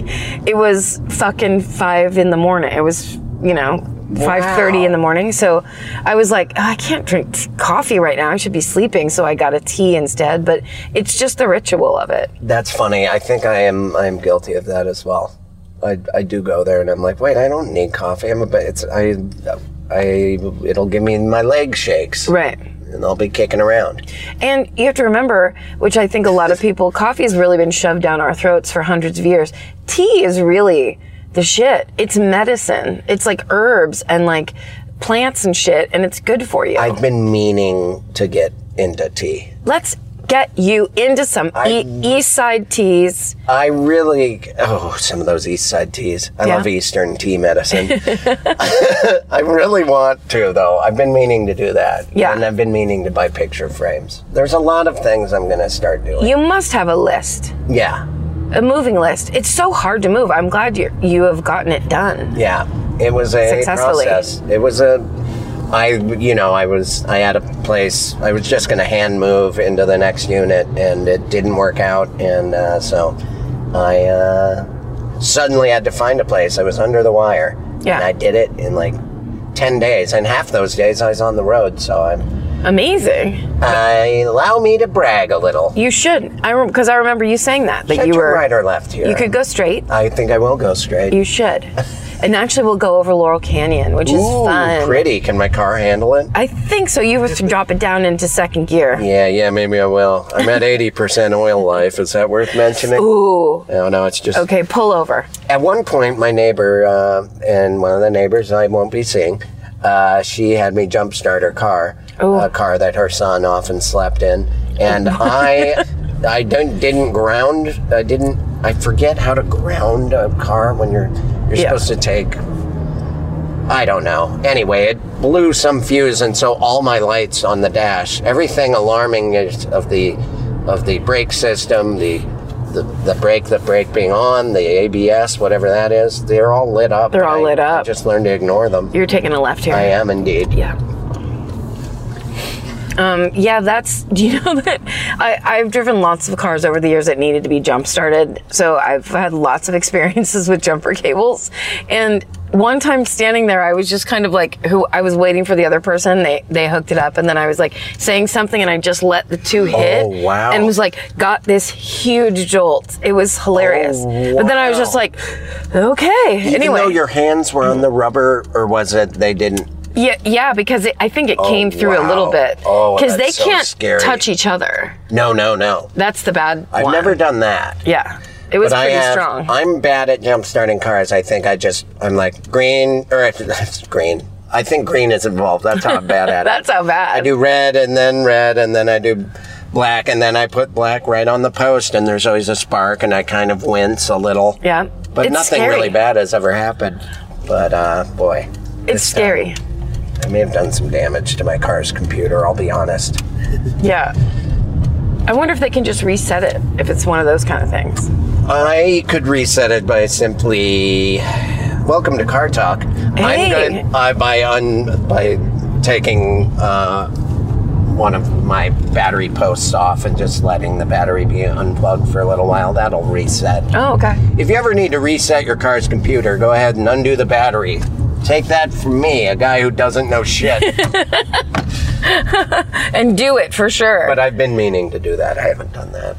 Speaker 6: it was fucking five in the morning. It was, you know, five thirty in the morning. So I was like, "Oh, I can't drink t- coffee right now. I should be sleeping. So I got a tea instead. But it's just the ritual of it.
Speaker 3: That's funny. I think I am. I am guilty of that as well. I, I do go there and I'm like, wait, I don't need coffee. I'm a bit. It's I. I it'll give me my leg shakes
Speaker 6: Right.
Speaker 3: and I'll be kicking around.
Speaker 6: And you have to remember, which I think
Speaker 3: *laughs*
Speaker 6: a lot of people, coffee has really been shoved down our throats for hundreds of years. Tea is really the shit. It's medicine. It's like herbs and like plants and shit, and it's good for you.
Speaker 3: I've been meaning to get into tea.
Speaker 6: Let's get you into some e- East Side teas.
Speaker 3: I really oh some of those East Side teas. I
Speaker 6: Yeah.
Speaker 3: love Eastern tea
Speaker 6: *laughs*
Speaker 3: medicine. *laughs* I really want to though. I've been meaning to do that.
Speaker 6: Yeah.
Speaker 3: and I've been meaning to buy picture frames. There's a lot of things I'm gonna start doing.
Speaker 6: You must have a list,
Speaker 3: yeah.
Speaker 6: a moving list. It's so hard to move. I'm glad you you have gotten it done.
Speaker 3: Yeah, it was a
Speaker 6: Successfully.
Speaker 3: process. It was a, I you know I was I had a place I was just gonna hand move into the next unit and it didn't work out and uh, so I uh, suddenly had to find a place. I was under the wire.
Speaker 6: Yeah.
Speaker 3: and I did it in like ten days and half those days I was on the road. So I'm
Speaker 6: Amazing.
Speaker 3: I allow me to brag a little.
Speaker 6: You should. I because I remember you saying that that
Speaker 3: Should I
Speaker 6: you
Speaker 3: turn
Speaker 6: were
Speaker 3: right or left here.
Speaker 6: you could go
Speaker 3: *laughs*
Speaker 6: straight.
Speaker 3: I think I will go straight.
Speaker 6: You should. And actually, we'll go over Laurel Canyon, which is
Speaker 3: Ooh,
Speaker 6: fun.
Speaker 3: pretty. Can my car handle it?
Speaker 6: I think so. You have to drop it down into second gear.
Speaker 3: Yeah, yeah, maybe I will. I'm at 80% oil life. Is that worth mentioning?
Speaker 6: Ooh.
Speaker 3: No, no, it's just.
Speaker 6: Okay, pull over.
Speaker 3: At one point, my neighbor uh, and one of the neighbors I won't be seeing, uh, she had me jump start her car, a car that her son often slept in,
Speaker 6: *laughs*
Speaker 3: and I, I don't, didn't ground. I didn't. I forget how to ground a car when you're you're
Speaker 6: Yeah.
Speaker 3: supposed to take. I don't know. Anyway, it blew some fuse, and so all my lights on the dash, everything alarming is of the of the brake system, the the, the brake, the brake being on, the ABS, whatever that is, they're all lit up.
Speaker 6: They're all
Speaker 3: I-
Speaker 6: lit up.
Speaker 3: I just learned to ignore them.
Speaker 6: You're taking a left here.
Speaker 3: I am indeed.
Speaker 6: Yeah. Um, yeah, that's. *laughs* Do you know that I, I've driven lots of cars over the years that needed to be jump started. So I've had lots of *laughs* experiences with jumper cables. And one time standing there, I was just kind of like, who I was waiting for the other person. They they hooked it up, and then I was like saying something, and I just let the two hit.
Speaker 3: Oh, wow.
Speaker 6: And was like, got this huge jolt. It was hilarious. But then I was just like, okay.
Speaker 3: Oh, Even
Speaker 6: anyway,
Speaker 3: though your hands were on the rubber, or was it they didn't?
Speaker 6: yeah, yeah, because it, I think it came through a little
Speaker 3: Oh, wow.
Speaker 6: bit.
Speaker 3: Oh,
Speaker 6: because
Speaker 3: that's
Speaker 6: they
Speaker 3: so
Speaker 6: can't
Speaker 3: scary.
Speaker 6: touch each other.
Speaker 3: No, no, no.
Speaker 6: That's the bad
Speaker 3: I've
Speaker 6: one.
Speaker 3: never done that.
Speaker 6: Yeah, it was
Speaker 3: But I
Speaker 6: pretty
Speaker 3: have-
Speaker 6: strong.
Speaker 3: I'm bad at jump starting cars. I think I just I'm like green or *laughs* that's green. I think green is involved. That's how I'm bad
Speaker 6: *laughs*
Speaker 3: at it.
Speaker 6: That's how bad.
Speaker 3: I do red and then red and then I do black and then I put black right on the post and there's always a spark and I kind of wince a little.
Speaker 6: Yeah,
Speaker 3: But
Speaker 6: It's
Speaker 3: nothing
Speaker 6: scary.
Speaker 3: really bad has ever happened. But uh boy,
Speaker 6: It's scary.
Speaker 3: I may have done some damage to my car's computer, I'll be honest.
Speaker 6: Yeah. I wonder if they can just reset it if it's one of those kind of things.
Speaker 3: I could reset it by simply welcome to Car Talk.
Speaker 6: Hey.
Speaker 3: I'm good uh, by un by taking uh, one of my battery posts off and just letting the battery be unplugged for a little while. That'll reset.
Speaker 6: Oh, okay.
Speaker 3: If you ever need to reset your car's computer, go ahead and undo the battery. Take that from me, a guy who doesn't know shit.
Speaker 6: And do it for sure.
Speaker 3: but I've been meaning to do that. I haven't done that.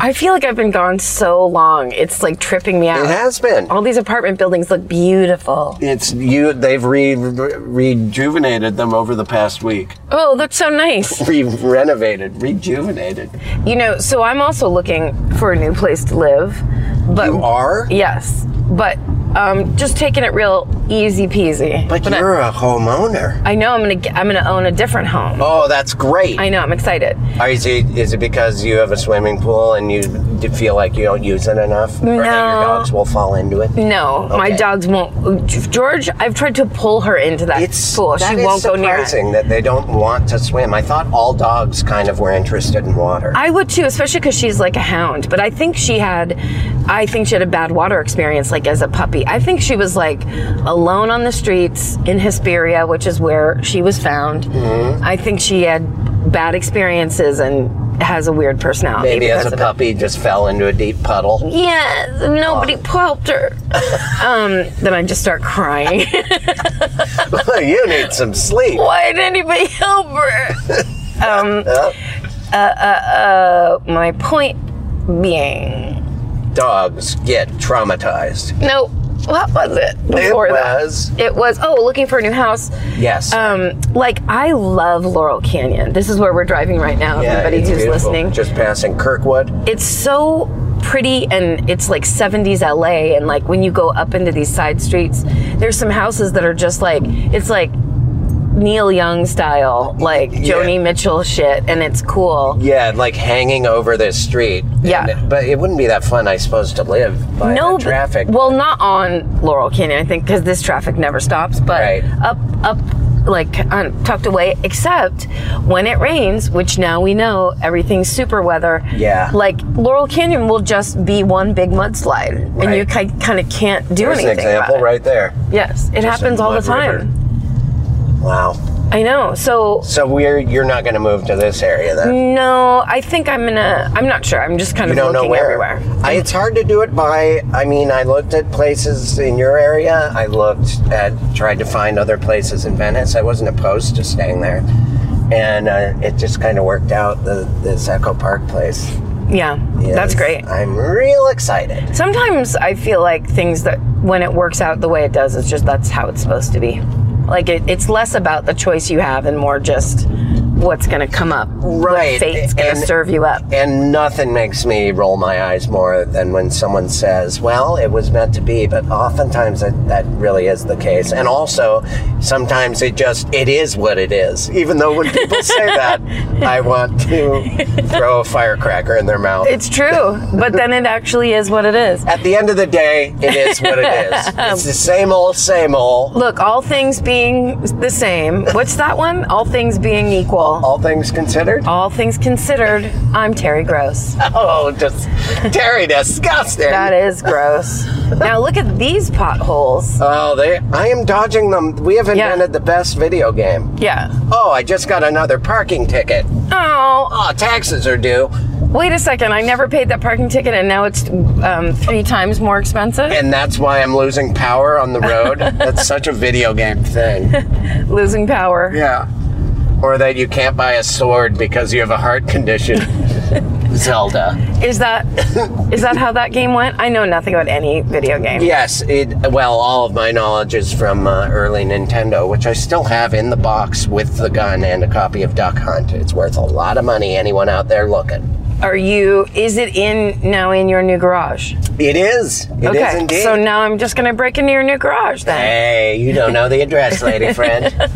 Speaker 6: I feel like I've been gone so long. It's like tripping me out.
Speaker 3: It has been.
Speaker 6: All these apartment buildings look beautiful.
Speaker 3: It's you. They've re- rejuvenated them over the past week.
Speaker 6: Oh, that's so nice.
Speaker 3: re- renovated, rejuvenated.
Speaker 6: You know, so I'm also looking for a new place to live. But
Speaker 3: You are,
Speaker 6: Yes, but um, just taking it real easy peasy.
Speaker 3: but you're a homeowner.
Speaker 6: I know I'm gonna get, I'm gonna own a different home.
Speaker 3: Oh, that's great.
Speaker 6: I know I'm excited.
Speaker 3: Are- Is it, is it because you have a swimming pool and you d- feel like you don't use it enough, or that
Speaker 6: No.
Speaker 3: your dogs will fall into it?
Speaker 6: No, my
Speaker 3: Okay.
Speaker 6: dogs won't. George, I've tried to pull her into that
Speaker 3: It's
Speaker 6: pool.
Speaker 3: that
Speaker 6: She
Speaker 3: is
Speaker 6: won't go near it.
Speaker 3: surprising that they don't want to swim. I thought all dogs kind of were interested in water.
Speaker 6: I would too, especially because she's like a hound. But I think she had, I think she had a bad water experience, like as a puppy. I think she was like alone on the streets in Hesperia, which is where she was found.
Speaker 3: Mm-hmm.
Speaker 6: I think she had bad experiences and has a weird personality.
Speaker 3: Maybe as
Speaker 6: because
Speaker 3: a
Speaker 6: of it.
Speaker 3: puppy, just fell into a deep puddle. *laughs*
Speaker 6: *laughs* Yes, nobody
Speaker 3: Oh.
Speaker 6: helped her. um, then I just
Speaker 3: *laughs*
Speaker 6: start crying.
Speaker 3: you need some sleep.
Speaker 6: Why didn't anybody help
Speaker 3: *laughs*
Speaker 6: her? um, uh, uh, uh, my point being,
Speaker 3: Dogs get traumatized.
Speaker 6: no, what was it before
Speaker 3: it
Speaker 6: that?
Speaker 3: was
Speaker 6: It was oh, looking for a new house.
Speaker 3: yes.
Speaker 6: Um, like I love Laurel Canyon. This is where we're driving right now.
Speaker 3: Yeah,
Speaker 6: everybody
Speaker 3: it's
Speaker 6: who's
Speaker 3: beautiful.
Speaker 6: listening,
Speaker 3: Just passing Kirkwood.
Speaker 6: it's so pretty and it's like 70s LA and like when you go up into these side streets there's some houses that are just like it's like Neil Young style like Joni Mitchell shit and it's cool.
Speaker 3: Yeah, like hanging over this street.
Speaker 6: Yeah.
Speaker 3: And- but it wouldn't be that fun, I suppose, to live by
Speaker 6: No
Speaker 3: the traffic.
Speaker 6: Well, not on Laurel Canyon I think cuz this traffic never stops but
Speaker 3: Right.
Speaker 6: up up like on, tucked away except when it rains which now we know everything's super weather
Speaker 3: Yeah.
Speaker 6: like laurel canyon will just be one big mudslide and you ki- kind of can't do
Speaker 3: There's an
Speaker 6: anything
Speaker 3: example
Speaker 6: about it.
Speaker 3: right there.
Speaker 6: Yes, it happens
Speaker 3: a
Speaker 6: all the
Speaker 3: mud
Speaker 6: time.
Speaker 3: river. Wow.
Speaker 6: I know. So
Speaker 3: So we're you're not going to move to this area then?
Speaker 6: Mm, no, I think I'm gonna. I'm not sure. I'm just kind
Speaker 3: You
Speaker 6: of
Speaker 3: don't
Speaker 6: looking
Speaker 3: know where.
Speaker 6: everywhere.
Speaker 3: I, it's hard to do it by. I mean, I looked at places in your area. I looked at, tried to find other places in Venice. I wasn't opposed to staying there, and uh, it just kind of worked out. The this Echo Park place
Speaker 6: Yeah, that's
Speaker 3: is-
Speaker 6: great.
Speaker 3: I'm real excited.
Speaker 6: Sometimes I feel like things that when it works out the way it does, it's just that's how it's supposed to be. Like it, it's less about the choice you have and more just what's going to come up.
Speaker 3: Right,
Speaker 6: Fate's going
Speaker 3: and-
Speaker 6: to serve you up.
Speaker 3: And nothing makes me roll my eyes more than when someone says, well, it was meant to be, but oftentimes that, that really is the case. And also, sometimes it just, it is what it is. Even though when people say that, I want to throw a firecracker in their mouth.
Speaker 6: It's true, but then it actually is what it is.
Speaker 3: At the end of the day, it is what it is. It's the same old, same old.
Speaker 6: Look, all things being the same, what's that one? All things being equal.
Speaker 3: All things considered.
Speaker 6: All things considered, I'm Terry Gross.
Speaker 3: Oh, just Terry, disgusting.
Speaker 6: That is gross. Now look at these potholes.
Speaker 3: Oh, they! I am dodging them. We have
Speaker 6: Yeah.
Speaker 3: invented the best video game.
Speaker 6: Yeah.
Speaker 3: Oh, I just got another parking ticket.
Speaker 6: Oh,
Speaker 3: Oh, taxes are due,
Speaker 6: Wait a second, I never paid that parking ticket and now it's um, three times more expensive.
Speaker 3: and that's why I'm losing power on the road. that's such a video game thing.
Speaker 6: Losing power.
Speaker 3: Yeah. Or that you can't buy a sword because you have a heart condition. Zelda. *laughs*
Speaker 6: Is that is that how that game went? I know nothing about any video game.
Speaker 3: Yes, it well, all of my knowledge is from uh, early Nintendo, which I still have in the box with the gun and a copy of Duck Hunt. It's worth a lot of money anyone out there looking.
Speaker 6: Are you is it in now in your new garage?
Speaker 3: It is. It is indeed.
Speaker 6: So now I'm just gonna break into your new garage then.
Speaker 3: hey, you don't know the address, lady friend. *laughs*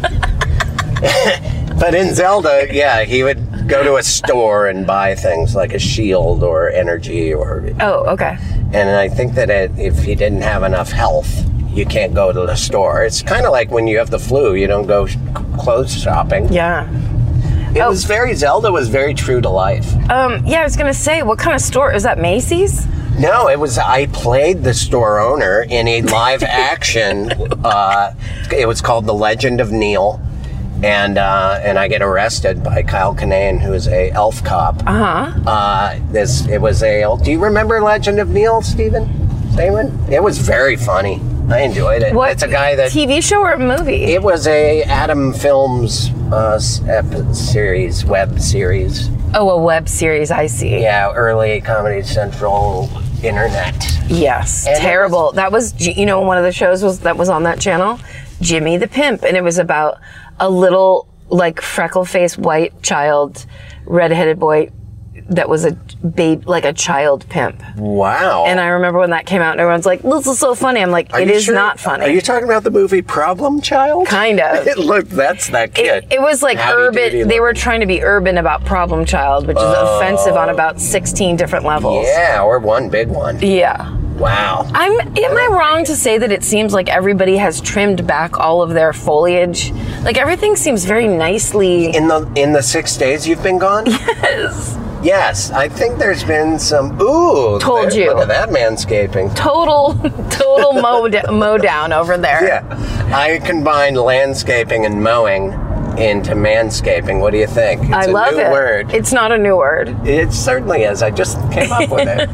Speaker 3: but in Zelda, yeah, he would go to a store and buy things like a shield or energy or
Speaker 6: Oh, okay.
Speaker 3: and I think that it, if he didn't have enough health, you can't go to the store. It's kind of like when you have the flu, you don't go sh- clothes shopping.
Speaker 6: Yeah.
Speaker 3: It was very Zelda was very true to life.
Speaker 6: Um, yeah, I was gonna say, what kind of store is that Macy's?
Speaker 3: No, it was I played the store owner in a
Speaker 6: *laughs*
Speaker 3: live action. uh, it was called The Legend of Neil, and uh, and I get arrested by Kyle Kinane, who is a elf cop. Uh-huh. This it was a. Do you remember Legend of Neil, Stephen? Damon? It was very funny. I enjoyed it.
Speaker 6: What
Speaker 3: It's a guy that
Speaker 6: TV show or movie?
Speaker 3: it was a Adam Films uh, s- ep- series, web series.
Speaker 6: oh, a web series, I see.
Speaker 3: Yeah, early Comedy Central internet.
Speaker 6: Yes,
Speaker 3: And it
Speaker 6: terrible. that was you know one of the shows was that was on that channel, Jimmy the Pimp, and it was about a little like freckle-faced white child, redheaded boy that was a babe like a child pimp.
Speaker 3: Wow.
Speaker 6: And I remember when that came out and everyone's like, "This is so funny." I'm like, "It
Speaker 3: you
Speaker 6: is
Speaker 3: sure-
Speaker 6: not funny."
Speaker 3: Are you talking about the movie Problem Child?
Speaker 6: kind
Speaker 3: *laughs*
Speaker 6: of.
Speaker 3: It looked that's that kid.
Speaker 6: It, it was like
Speaker 3: Howdy doody
Speaker 6: urban. They
Speaker 3: looking.
Speaker 6: were trying to be urban about Problem Child, which is offensive on about 16 different levels.
Speaker 3: Oh. Yeah, or one big one.
Speaker 6: yeah.
Speaker 3: Wow.
Speaker 6: I'm. Am I wrong to say that it seems like everybody has trimmed back all of their foliage? Like everything seems very nicely.
Speaker 3: In the in the six days you've been
Speaker 6: *laughs*
Speaker 3: gone. Yes. Yes, I think there's been some. Ooh,
Speaker 6: Told
Speaker 3: there-
Speaker 6: you.
Speaker 3: Look at that manscaping.
Speaker 6: Total, *laughs* total mow, d- mow down over there.
Speaker 3: Yeah, I combined landscaping and mowing into manscaping. What do you think? It's
Speaker 6: I
Speaker 3: a
Speaker 6: love
Speaker 3: new
Speaker 6: it.
Speaker 3: Word.
Speaker 6: It's not a new word.
Speaker 3: It certainly is. I just came up with
Speaker 6: *laughs*
Speaker 3: it.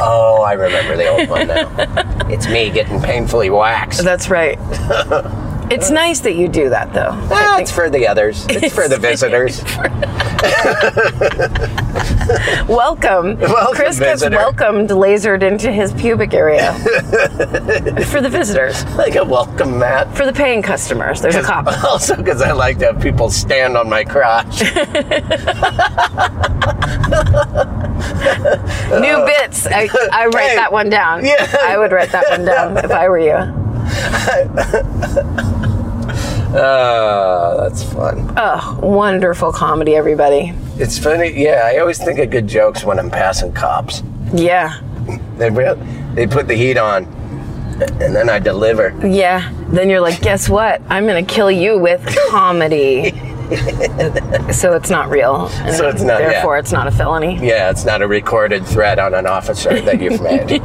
Speaker 3: oh, I remember the old one now. It's me getting painfully waxed.
Speaker 6: That's
Speaker 3: *laughs*
Speaker 6: right. it's nice that you do that though.
Speaker 3: Ah, it's for the others. It's for the
Speaker 6: *laughs*
Speaker 3: visitors.
Speaker 6: Welcome.
Speaker 3: *laughs* Welcome,
Speaker 6: Chris
Speaker 3: visitor.
Speaker 6: gets welcomed, lasered into his
Speaker 3: *laughs*
Speaker 6: pubic area for the visitors,
Speaker 3: like a welcome mat.
Speaker 6: for the paying customers. There's a cop.
Speaker 3: Also, because I like to have people stand on my crotch.
Speaker 6: *laughs* New bits. I, I write
Speaker 3: Hey.
Speaker 6: that one down.
Speaker 3: Yeah.
Speaker 6: I would write that one down if I were you.
Speaker 3: Oh, that's fun.
Speaker 6: Oh, wonderful comedy, everybody.
Speaker 3: It's funny. Yeah, I always think of good jokes when I'm passing cops.
Speaker 6: Yeah.
Speaker 3: They real they put the heat on, and then I deliver.
Speaker 6: Yeah. Then you're like, guess what? I'm going to kill you with comedy. so it's not real. And
Speaker 3: So it's not- yeah.
Speaker 6: Therefore, it's not a felony.
Speaker 3: Yeah, it's not a recorded threat on an officer that you've
Speaker 6: *laughs*
Speaker 3: made.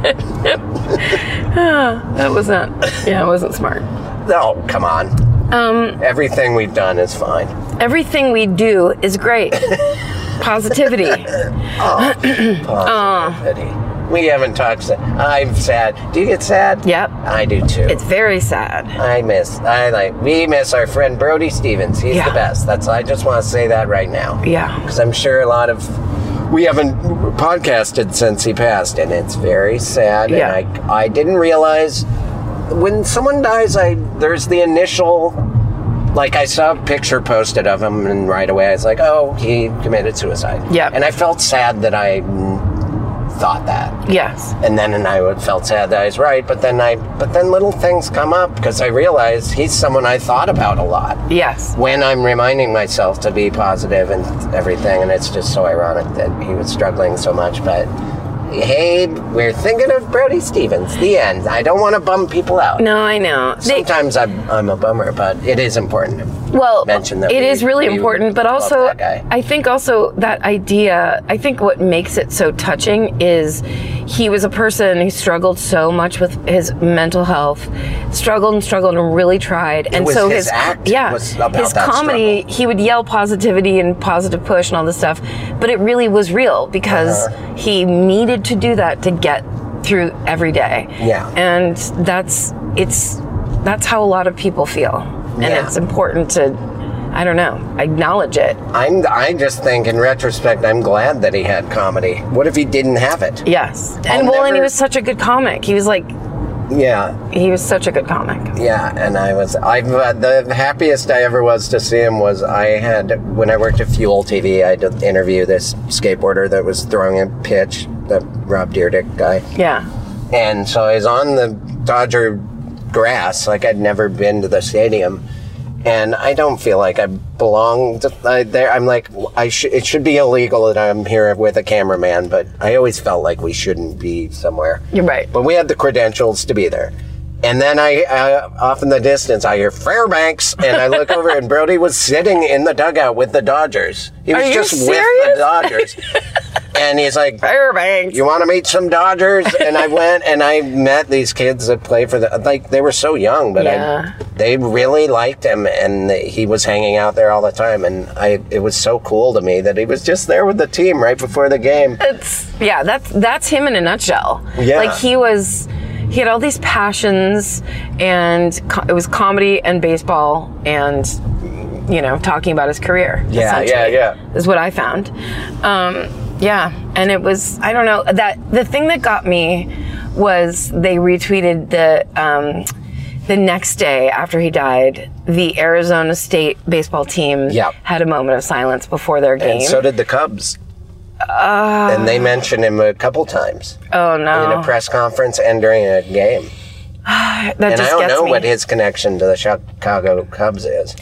Speaker 6: That wasn't, yeah, it wasn't smart.
Speaker 3: No, come on. Um, Everything we've done is fine.
Speaker 6: Everything we do
Speaker 3: *laughs*
Speaker 6: is great. Positivity. Uh.
Speaker 3: Pity. We haven't talked. si- I'm sad. Do you get sad?
Speaker 6: Yep.
Speaker 3: I do too.
Speaker 6: It's very sad.
Speaker 3: I miss. I like. We miss our friend Brody Stevens. He's
Speaker 6: Yeah.
Speaker 3: the best. That's. I just want to say that right now.
Speaker 6: Yeah.
Speaker 3: Because I'm sure a lot of we haven't podcasted since he passed, and it's very sad.
Speaker 6: Yeah.
Speaker 3: And I, I didn't realize when someone dies, I there's the initial. Like I saw a picture posted of him, and right away I was like, "Oh, he committed suicide."
Speaker 6: Yep.
Speaker 3: And I felt sad that I mm, thought that
Speaker 6: Yes.
Speaker 3: and then and I would- felt sad that I was right. But then I, but then little things come up because I realized he's someone I thought about a lot
Speaker 6: Yes.
Speaker 3: when I'm reminding myself to be positive and everything. And it's just so ironic that he was struggling so much. But hey, we're thinking of Brody Stevens. The end. I don't want to bum people out.
Speaker 6: No, I know. They-
Speaker 3: Sometimes I'm, I'm a bummer, but it is important.
Speaker 6: well,
Speaker 3: mention that
Speaker 6: it
Speaker 3: we-
Speaker 6: is really
Speaker 3: we
Speaker 6: important, but
Speaker 3: love
Speaker 6: also
Speaker 3: that guy.
Speaker 6: I think also that idea, I think what makes it so touching is he was a person who struggled so much with his mental health, struggled and struggled and really tried. and
Speaker 3: was
Speaker 6: so
Speaker 3: his act
Speaker 6: yeah,
Speaker 3: was about
Speaker 6: his
Speaker 3: that
Speaker 6: comedy, he would yell positivity and positive push and all this stuff, but it really was real because
Speaker 3: Uh-huh.
Speaker 6: he needed to do that to get through every day.
Speaker 3: Yeah.
Speaker 6: And that's it's that's how a lot of people feel. And
Speaker 3: Yeah.
Speaker 6: it's important to I don't know, acknowledge it.
Speaker 3: I'm, I just think, in retrospect, I'm glad that he had comedy. What if he didn't have it?
Speaker 6: Yes. And
Speaker 3: I'll
Speaker 6: well and he
Speaker 3: never-
Speaker 6: was such a good comic. He was like
Speaker 3: Yeah.
Speaker 6: he was such a good comic.
Speaker 3: Yeah, and I was I uh, the happiest I ever was to see him was I had when I worked at Fuel TV I did interview this skateboarder that was throwing a pitch that Rob Deerdick guy
Speaker 6: Yeah.
Speaker 3: and so I was on the Dodger grass like I'd never been to the stadium and I don't feel like I belong to, I, there I'm like I should it should be illegal that I'm here with a cameraman but I always felt like we shouldn't be somewhere
Speaker 6: You're right.
Speaker 3: but we had the credentials to be there. And then I, uh, off in the distance, I hear Fairbanks, and I look over, and Brody was sitting in the dugout with the Dodgers. He was
Speaker 6: Are you
Speaker 3: just with
Speaker 6: serious?
Speaker 3: the Dodgers,
Speaker 6: *laughs*
Speaker 3: and he's like,
Speaker 6: Fairbanks.
Speaker 3: "You want to meet some Dodgers?" And I went, and I met these kids that play for the like. They were so young, but
Speaker 6: Yeah.
Speaker 3: I, they really liked him, and he was hanging out there all the time. And I, it was so cool to me that he was just there with the team right before the
Speaker 6: *laughs*
Speaker 3: game.
Speaker 6: it's yeah that's that's him in a nutshell
Speaker 3: Yeah.
Speaker 6: like he was he had all these passions and co- it was comedy and baseball and you know talking about his career
Speaker 3: Yeah, yeah,
Speaker 6: essentially,
Speaker 3: yeah.
Speaker 6: is what i found um, yeah and it was i don't know that the thing that got me was they retweeted the um, the next day after he died the arizona state baseball team
Speaker 3: Yep.
Speaker 6: had a moment of silence before their game
Speaker 3: And so did the Cubs. and they mentioned him a couple times
Speaker 6: Ah. oh no
Speaker 3: in a press conference and during a game.
Speaker 6: that
Speaker 3: And
Speaker 6: just
Speaker 3: I don't
Speaker 6: gets
Speaker 3: know
Speaker 6: me.
Speaker 3: what his connection to the Chicago Cubs is.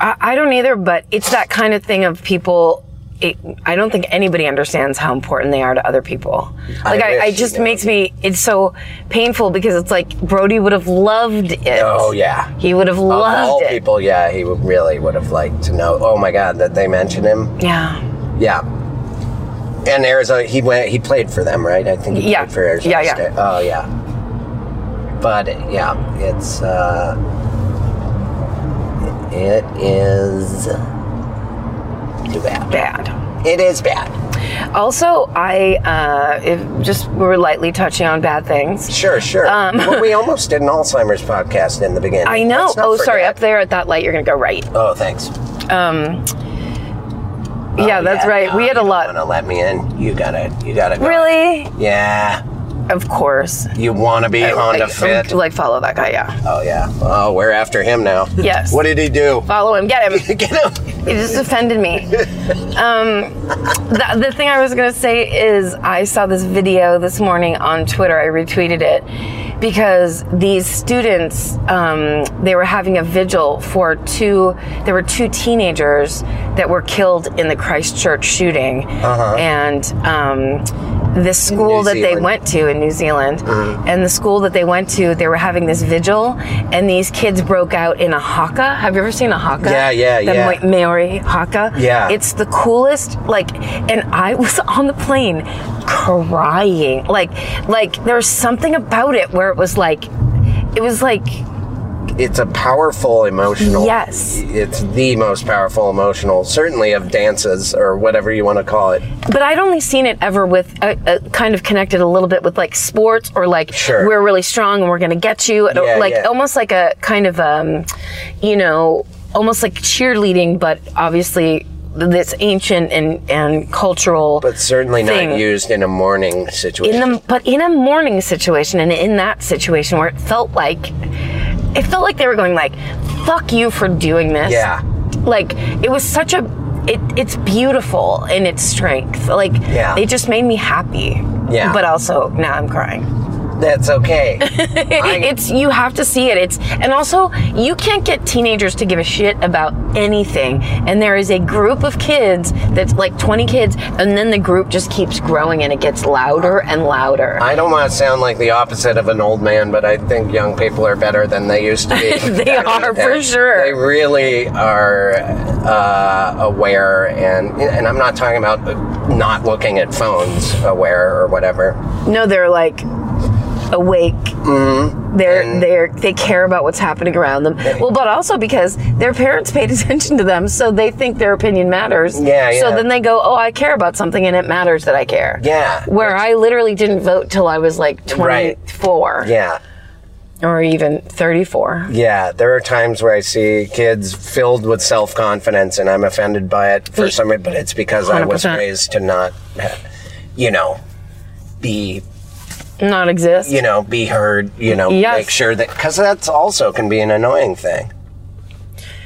Speaker 6: I, I don't either, but it's that kind of thing of people. It, I don't think anybody understands how important they are to other people. Like, I,
Speaker 3: wish
Speaker 6: I
Speaker 3: you
Speaker 6: just
Speaker 3: knew.
Speaker 6: makes me, it's so painful because it's like Brody would have loved it.
Speaker 3: Oh yeah.
Speaker 6: He would have
Speaker 3: Of all
Speaker 6: loved it.
Speaker 3: people, yeah, he would really would have liked to know. Oh my God, that they mentioned him.
Speaker 6: Yeah.
Speaker 3: Yeah. And Arizona, he went. He played for them, right? I think he
Speaker 6: Yeah.
Speaker 3: played for Arizona.
Speaker 6: Yeah, yeah.
Speaker 3: State. Oh yeah. But yeah, it's uh, it is too bad.
Speaker 6: Bad.
Speaker 3: It is bad.
Speaker 6: Also, I uh, if just we were lightly touching on bad things.
Speaker 3: Sure, sure. well,
Speaker 6: *laughs*
Speaker 3: we almost did an Alzheimer's podcast in the beginning.
Speaker 6: Um, I know.
Speaker 3: Let's not
Speaker 6: Oh, sorry.
Speaker 3: forget.
Speaker 6: Up there at that light, you're gonna go right. Um,
Speaker 3: Oh, thanks.
Speaker 6: yeah, that's
Speaker 3: Oh, Yeah,
Speaker 6: right.
Speaker 3: no,
Speaker 6: we
Speaker 3: you
Speaker 6: had a
Speaker 3: don't
Speaker 6: lot.
Speaker 3: Wanna let me in? You gotta. You gotta. Go.
Speaker 6: Really?
Speaker 3: Yeah.
Speaker 6: Of course.
Speaker 3: You wanna be Honda Fit?
Speaker 6: Like follow that guy. Yeah.
Speaker 3: oh yeah. Oh, we're after him
Speaker 6: *laughs*
Speaker 3: now.
Speaker 6: Yes.
Speaker 3: What did he do? *laughs*
Speaker 6: Follow him. Get him.
Speaker 3: Get him.
Speaker 6: It just offended me. Um, the, the thing I was going to say is I saw this video this morning on Twitter. I retweeted it because these students um, they were having a vigil for two. There were two teenagers that were killed in the Christchurch shooting, and. Um, the school that they
Speaker 3: Uh-huh. Zealand. Mm-hmm.
Speaker 6: went to in New Zealand, and the school that they went to, they were having this vigil, and these kids broke out in a haka. Have you ever seen a haka?
Speaker 3: Yeah, yeah,
Speaker 6: the
Speaker 3: yeah.
Speaker 6: Mo- Maori haka.
Speaker 3: Yeah.
Speaker 6: It's the coolest. Like, and I was *laughs* on the plane crying. Like, like there was something about it where it was like, it was like,
Speaker 3: It's a powerful emotional.
Speaker 6: Yes.
Speaker 3: It's the most powerful emotional, certainly of dances or whatever you want to call it.
Speaker 6: but I'd only seen it ever with uh, uh, kind of connected a little bit with like sports or like
Speaker 3: Sure.
Speaker 6: we're really strong and we're going to get you. And,
Speaker 3: Yeah,
Speaker 6: like
Speaker 3: yeah.
Speaker 6: almost like a kind of, um, you know, almost like cheerleading, but obviously this ancient and, and cultural
Speaker 3: But certainly not
Speaker 6: Thing.
Speaker 3: used in a morning
Speaker 6: in
Speaker 3: situation.
Speaker 6: the but in a morning situation and in that situation where it felt like it felt like they were going like fuck you for doing this
Speaker 3: Yeah.
Speaker 6: like it was such a it, it's beautiful in its strength like
Speaker 3: Yeah.
Speaker 6: they just made me happy
Speaker 3: Yeah.
Speaker 6: but also now i'm crying *laughs*
Speaker 3: That's okay.
Speaker 6: it's you have to see it it's and also you can't get teenagers to give a shit about anything and there is a group of kids that's like 20 kids and then the group just keeps growing and it gets louder and louder
Speaker 3: I don't want to sound like the opposite of an old man, but I think young people are better than *laughs* they used to be.
Speaker 6: *laughs* They
Speaker 3: Back in
Speaker 6: are,
Speaker 3: the day.
Speaker 6: for sure.
Speaker 3: They really are uh, aware, and and I'm not talking about uh, not looking at phones, aware or whatever.
Speaker 6: No, they're like awake.
Speaker 3: Mm-hmm.
Speaker 6: They're they're they care about what's happening around them. Well, but also because their parents paid *laughs* attention to them, so they think their opinion matters.
Speaker 3: Yeah,
Speaker 6: So
Speaker 3: yeah.
Speaker 6: then they go, "Oh, I care about something, and it matters that I care."
Speaker 3: Yeah.
Speaker 6: Where I literally didn't vote till I was like
Speaker 3: Right.
Speaker 6: 24
Speaker 3: Yeah.
Speaker 6: or even 34.
Speaker 3: Yeah, there are times where I see kids filled with self confidence, and I'm offended by it for some reason. But it's because I was
Speaker 6: 100%.
Speaker 3: raised to not, you know, be
Speaker 6: Not exist.
Speaker 3: you know be heard. You know,
Speaker 6: Yes.
Speaker 3: make sure that because that's also can be an annoying thing.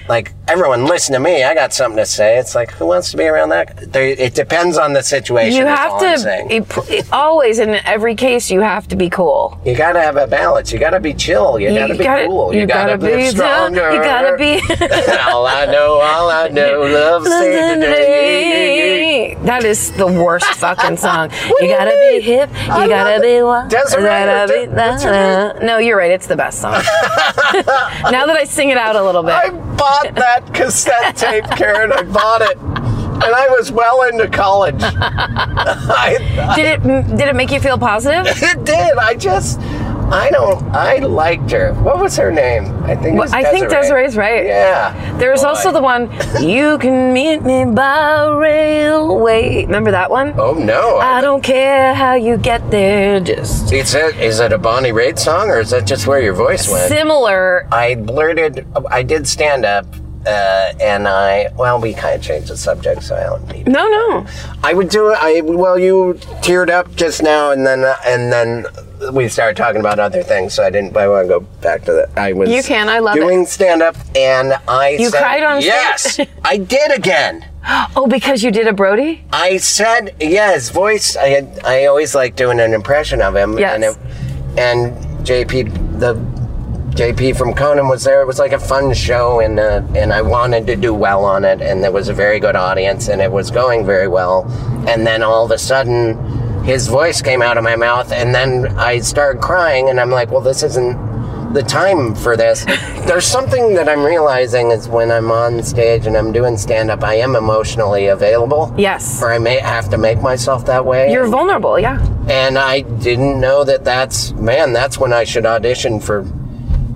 Speaker 3: Like everyone, listen to me. I got something to say. It's like who wants to be around that? They, it depends on the situation.
Speaker 6: you
Speaker 3: is
Speaker 6: have
Speaker 3: all I'm saying.
Speaker 6: to it, it- always in every case you have to be cool.
Speaker 3: you gotta have a balance. You gotta be chill. You, gotta be cool. You, gotta, be stronger.
Speaker 6: You gotta be
Speaker 3: *laughs* all I know, all I know, love say today.
Speaker 6: That is
Speaker 3: *laughs*
Speaker 6: the worst fucking song. you gotta be hip. You gotta be what?
Speaker 3: Desiree,
Speaker 6: gotta
Speaker 3: you're
Speaker 6: be
Speaker 3: de- that's her
Speaker 6: that. *laughs* No, you're right. It's the best song. *laughs* now that I sing it out a little bit,
Speaker 3: I bought that cassette tape, Karen. I bought it. And I was well into college. *laughs* I,
Speaker 6: did it did it make you feel positive?
Speaker 3: it did. I just, I don't, I liked her. What was her name? I think it was
Speaker 6: I think Desiree's right.
Speaker 3: Yeah.
Speaker 6: There was
Speaker 3: Boy.
Speaker 6: also the one you can meet me by railway. Remember that one?
Speaker 3: Oh, no.
Speaker 6: I don't care how you get there, just
Speaker 3: Is it, is it a Bonnie Raitt song or is that just where your voice went?
Speaker 6: similar.
Speaker 3: I blurted, I did stand up, uh, and I, well, we kind of changed the subject, so I don't need
Speaker 6: No, no.
Speaker 3: I would do it. I well, you teared up just now, and then uh, and then we started talking about other things. So I didn't. I want to go back to that. I was
Speaker 6: You can, I love
Speaker 3: doing stand up, and I
Speaker 6: You
Speaker 3: said-
Speaker 6: cried on stage?
Speaker 3: yes. I did again.
Speaker 6: Oh, because you did a Brody?
Speaker 3: I said yes. Voice. I had, I always like doing an impression of him.
Speaker 6: Yes.
Speaker 3: And, it, and JP the JP from Conan was there. It was like a fun show, and uh, and I wanted to do well on it, and there was a very good audience, and it was going very well. And then all of a sudden, his voice came out of my mouth, and then I started crying, and I'm like, well, this isn't the time for this. There's something that I'm realizing is when I'm on stage and I'm doing stand up, I am emotionally available.
Speaker 6: Yes.
Speaker 3: Or I may have to make myself that way.
Speaker 6: You're vulnerable, yeah.
Speaker 3: and I didn't know that that's, man, that's when I should audition for.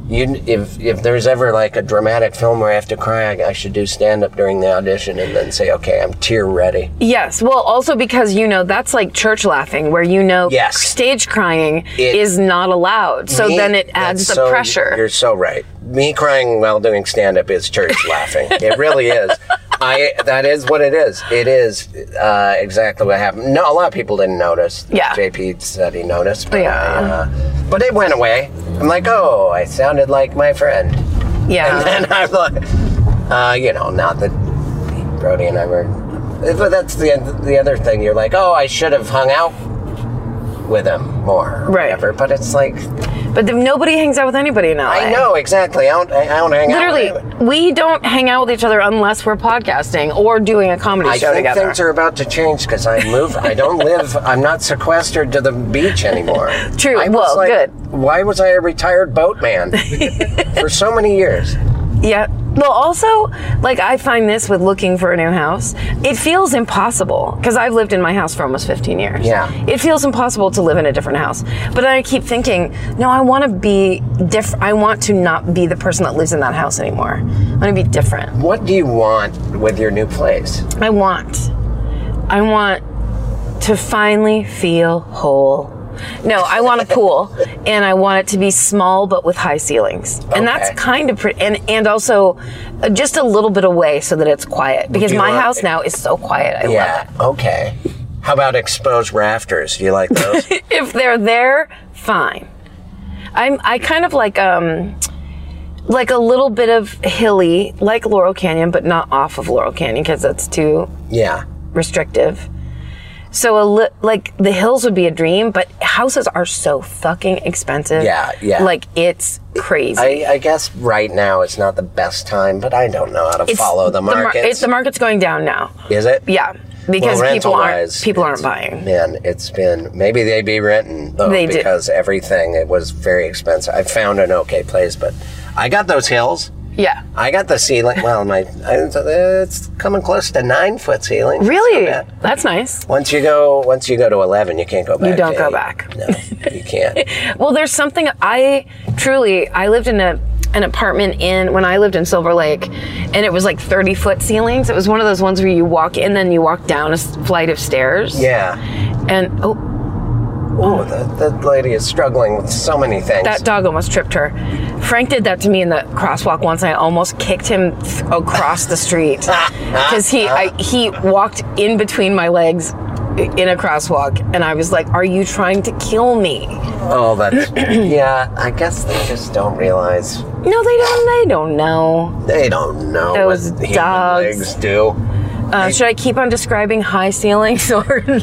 Speaker 3: You, if if there's ever like a dramatic film where I have to cry, I, I should do stand up during the audition and then say, okay, I'm tear ready.
Speaker 6: Yes. Well, also because you know that's like church laughing, where you know
Speaker 3: Yes.
Speaker 6: stage crying
Speaker 3: It-
Speaker 6: is not allowed. So
Speaker 3: Me-
Speaker 6: then it adds the
Speaker 3: that's so-
Speaker 6: pressure.
Speaker 3: You're so right. Me crying while doing stand up is
Speaker 6: *laughs*
Speaker 3: church laughing. It really is. I that is what it is. It is uh, exactly what happened. No, a lot of people didn't notice.
Speaker 6: Yeah.
Speaker 3: JP said he noticed, but
Speaker 6: Yeah.
Speaker 3: I, uh, but it went away. I'm like, oh, I sounded like my friend,
Speaker 6: yeah.
Speaker 3: *laughs* and then I'm like, uh, you know, not that Brody and I were, but that's the the other thing. You're like, oh, I should have hung out with him more, or
Speaker 6: Right.
Speaker 3: Whatever. But it's like
Speaker 6: but then nobody hangs out with anybody now.
Speaker 3: I know exactly. I don't. I don't hang
Speaker 6: Literally,
Speaker 3: out. with anyone.
Speaker 6: we don't hang out with each other unless we're podcasting or doing a comedy
Speaker 3: I
Speaker 6: show
Speaker 3: think
Speaker 6: together.
Speaker 3: things are about to change because I move. I don't live. I'm not sequestered to the beach anymore.
Speaker 6: *laughs* True.
Speaker 3: I was
Speaker 6: Well,
Speaker 3: like,
Speaker 6: good.
Speaker 3: Why was I a retired
Speaker 6: *laughs*
Speaker 3: boatman for so many years?
Speaker 6: Yeah. Well, also, like I find this with looking for a new house, it feels impossible because I've lived in my house for almost 15 years.
Speaker 3: Yeah.
Speaker 6: It feels impossible to live in a different house. But I keep thinking, no, I want to be different. I want to not be the person that lives in that house anymore. I want to be different.
Speaker 3: What do you want with your new place?
Speaker 6: I want, I want to finally feel whole. No, I
Speaker 3: *laughs*
Speaker 6: want a pool, and I want it to be small but with high ceilings, and that's
Speaker 3: Okay.
Speaker 6: kind of pretty. And and also, uh, just a little bit away so that it's quiet because
Speaker 3: you
Speaker 6: my
Speaker 3: want-
Speaker 6: house now is so quiet. I love
Speaker 3: Yeah. Okay. How about exposed rafters? Do you like
Speaker 6: *laughs*
Speaker 3: those?
Speaker 6: it. If they're there, fine. I'm I kind of like um. Like a little bit of hilly, like Laurel Canyon, but not off of Laurel Canyon because that's too
Speaker 3: yeah.
Speaker 6: restrictive. So a li- like the hills would be a dream, but houses are so fucking expensive.
Speaker 3: Yeah, yeah.
Speaker 6: Like it's crazy.
Speaker 3: I, I guess right now it's not the best time, but I don't know how to
Speaker 6: It's-
Speaker 3: follow the
Speaker 6: mar-
Speaker 3: market.
Speaker 6: it- the market's going down now.
Speaker 3: Is it?
Speaker 6: Yeah, because
Speaker 3: Well,
Speaker 6: people aren't
Speaker 3: rental-wise,
Speaker 6: people aren't
Speaker 3: it's-
Speaker 6: buying.
Speaker 3: Man, it's been maybe they'd be renting though
Speaker 6: They do.
Speaker 3: because everything it was very expensive. I found an okay place, but I got those hills.
Speaker 6: Yeah.
Speaker 3: I got the ceiling. Well, my I- it's coming close to nine foot ceiling. It's not
Speaker 6: Really?
Speaker 3: bad.
Speaker 6: That's nice.
Speaker 3: Once you go, once you go to eleven, you can't go back.
Speaker 6: don't
Speaker 3: to
Speaker 6: go
Speaker 3: eight.
Speaker 6: back.
Speaker 3: No, you can't.
Speaker 6: *laughs* Well, there's something I truly I lived in a an apartment in when I lived in Silver Lake, and it was like 30 foot ceilings. It was one of those ones where you walk in, then you walk down a s- flight of stairs.
Speaker 3: Yeah.
Speaker 6: And oh,
Speaker 3: Oh, that, that lady is struggling with so many things.
Speaker 6: That dog almost tripped her. Frank did that to me in the crosswalk once. and I almost kicked him th- across the
Speaker 3: *laughs*
Speaker 6: street because he I, he walked in between my legs in a crosswalk, and I was like, "Are you trying to kill me?"
Speaker 3: oh,
Speaker 6: *clears throat*
Speaker 3: that's yeah. I guess they just don't realize.
Speaker 6: No, they don't. They don't know.
Speaker 3: They don't know
Speaker 6: Those
Speaker 3: what human
Speaker 6: dogs.
Speaker 3: legs do.
Speaker 6: Uh, should I keep on describing high ceilings, *laughs* or, or do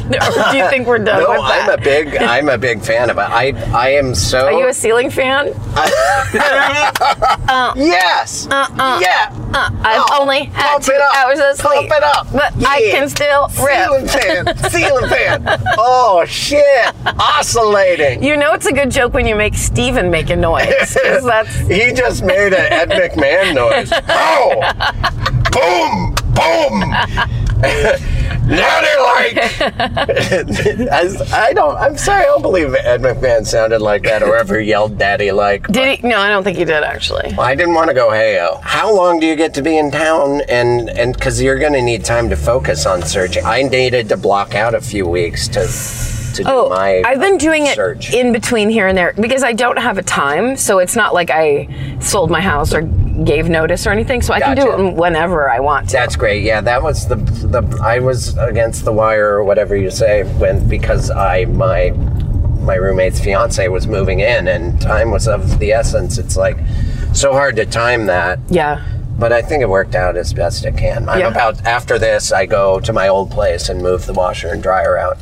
Speaker 6: you think we're *laughs* done
Speaker 3: No,
Speaker 6: with
Speaker 3: I'm
Speaker 6: that?
Speaker 3: a big I'm a big fan of it. I I am so
Speaker 6: Are you a ceiling fan?
Speaker 3: Yes. yeah.
Speaker 6: Uh-uh.
Speaker 3: Oh,
Speaker 6: I've only had
Speaker 3: Pump
Speaker 6: two
Speaker 3: it up.
Speaker 6: hours of
Speaker 3: Pump
Speaker 6: sleep,
Speaker 3: it up.
Speaker 6: but I
Speaker 3: Yeah.
Speaker 6: can still rip.
Speaker 3: Ceiling fan.
Speaker 6: *laughs*
Speaker 3: Ceiling fan. Oh shit. Oscillating.
Speaker 6: You know it's a good joke when you make Steven make a noise.
Speaker 3: *laughs*
Speaker 6: 'cause that's
Speaker 3: He just made an Ed McMahon noise. Oh. boom. Boom. *laughs* now they're like.
Speaker 6: *laughs*
Speaker 3: I, I don't. I'm sorry. I don't believe Ed McMahon sounded like that or ever yelled "daddy" like.
Speaker 6: Did he? No, I don't think he did actually.
Speaker 3: Well, I didn't want to go heyo. How long do you get to be in town? And and because you're going to need time to focus on searching. I needed to block out a few weeks to to do
Speaker 6: Oh,
Speaker 3: my.
Speaker 6: I've been doing it
Speaker 3: search.
Speaker 6: in between here and there because I don't have a time. So it's not like I sold my house or gave notice or anything. So I
Speaker 3: Gotcha.
Speaker 6: can do it whenever I want to.
Speaker 3: That's great. Yeah, that was the the I was against the wire or whatever you say when because I my my roommate's fiance was moving in and time was of the essence. It's like so hard to time that.
Speaker 6: Yeah.
Speaker 3: But I think it worked out as best it can. I'm
Speaker 6: Yeah.
Speaker 3: about after this, I go to my old place and move the washer and dryer out.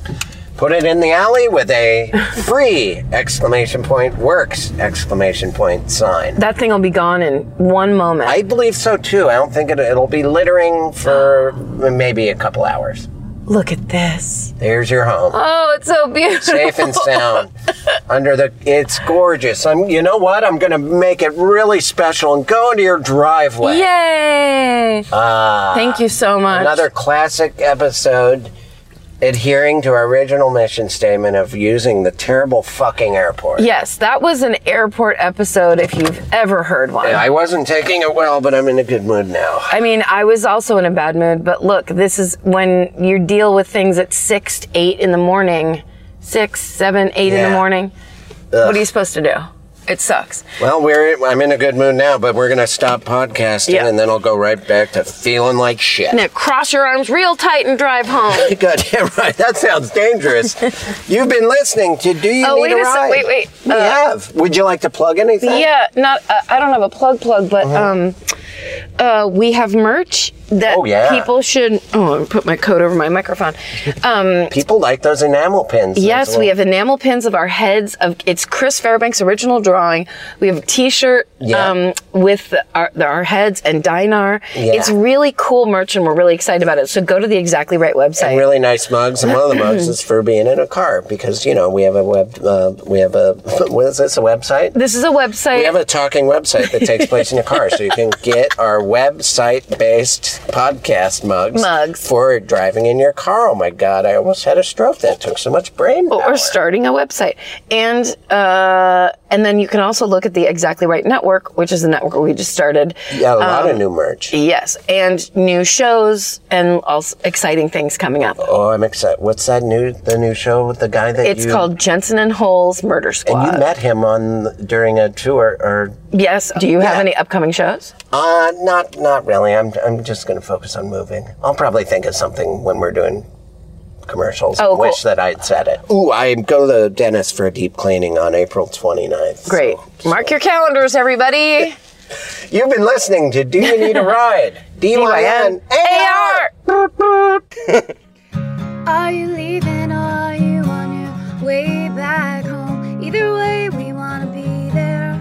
Speaker 3: Put it in the alley with
Speaker 6: *laughs*
Speaker 3: a free exclamation point works exclamation point sign.
Speaker 6: That thing will be gone in one moment.
Speaker 3: I believe so too. I don't think it, it'll be littering for maybe a couple hours.
Speaker 6: Look at this.
Speaker 3: There's your home.
Speaker 6: Oh, it's so
Speaker 3: *laughs*
Speaker 6: beautiful.
Speaker 3: Safe and
Speaker 6: *laughs*
Speaker 3: sound. Under the, it's gorgeous. I'm, you know what? I'm gonna make it really special and go into your driveway.
Speaker 6: Yay. Thank you so much.
Speaker 3: Ah. Another classic episode adhering to our original mission statement of using the terrible fucking airport.
Speaker 6: yes, that was an airport episode if you've ever heard one.
Speaker 3: I wasn't taking it well, but I'm in a good mood now.
Speaker 6: I mean, I was also in a bad mood, but look, this is when you deal with things at six, to eight in the morning, six, seven, eight in
Speaker 3: Yeah.
Speaker 6: the morning. What are you supposed to do? It sucks.
Speaker 3: Well, we're I'm in a good mood now, but we're gonna stop podcasting
Speaker 6: Yeah.
Speaker 3: and then I'll go right back to feeling like shit. *laughs*
Speaker 6: Now cross your arms real tight and drive home.
Speaker 3: You got damn right. That sounds dangerous.
Speaker 6: *laughs*
Speaker 3: You've been listening to Do You
Speaker 6: Oh,
Speaker 3: Need
Speaker 6: wait
Speaker 3: a
Speaker 6: a sec-
Speaker 3: Ride?
Speaker 6: wait, wait.
Speaker 3: We
Speaker 6: Uh,
Speaker 3: have. Would you like to plug anything?
Speaker 6: *laughs* yeah, not. Uh, I don't have a plug plug, but
Speaker 3: Uh-huh.
Speaker 6: um, uh, we have merch that
Speaker 3: Oh, yeah.
Speaker 6: people should. Oh, I'm gonna put my coat over my microphone. Um,
Speaker 3: People like those enamel pins.
Speaker 6: Yes,
Speaker 3: Those
Speaker 6: we
Speaker 3: little-
Speaker 6: have enamel pins of our heads. Of it's Chris Fairbanks' original drawing. We have a T-shirt
Speaker 3: Yeah.
Speaker 6: um, with the, our, the, our heads and Dinar.
Speaker 3: Yeah.
Speaker 6: It's really cool merch, and we're really excited about it. So go to the Exactly Right website.
Speaker 3: really nice mugs, and one
Speaker 6: *laughs*
Speaker 3: of the mugs is for being in a car because you know we have a web, uh, we have a *laughs* what is this a website?
Speaker 6: this is a website. *laughs*
Speaker 3: We have a talking website that takes place in a car, so you can get our website based podcast mugs.
Speaker 6: Mugs.
Speaker 3: For driving in your car. Oh my God, I almost had a stroke. That took so much brain.
Speaker 6: But Oh, we're starting a website, and uh, and then you can also look at the Exactly Right Network, which is the network we just started.
Speaker 3: Yeah, a lot
Speaker 6: Um,
Speaker 3: of new merch.
Speaker 6: Yes, and new shows and also exciting things coming up.
Speaker 3: Oh, I'm excited. What's that new? The new show with the guy that
Speaker 6: It's
Speaker 3: you,
Speaker 6: called Jensen and Hole's Murder
Speaker 3: And
Speaker 6: Squad.
Speaker 3: you met him on during a tour, or
Speaker 6: yes. Do you have
Speaker 3: Yeah.
Speaker 6: any upcoming shows?
Speaker 3: uh, not not really. I'm I'm just going to focus on moving. I'll probably think of something when we're doing commercials.
Speaker 6: Oh, cool.
Speaker 3: Wish that I'd said it. Ooh, I go to the dentist for a deep cleaning on April 29th.
Speaker 6: Great. Mark your calendars, everybody.
Speaker 3: You've been listening to Do You
Speaker 6: *laughs*
Speaker 3: Need a Ride? D-Y-N A-R!
Speaker 6: AR.
Speaker 2: Are you leaving or are you on your way back home? Either way, we want to be there.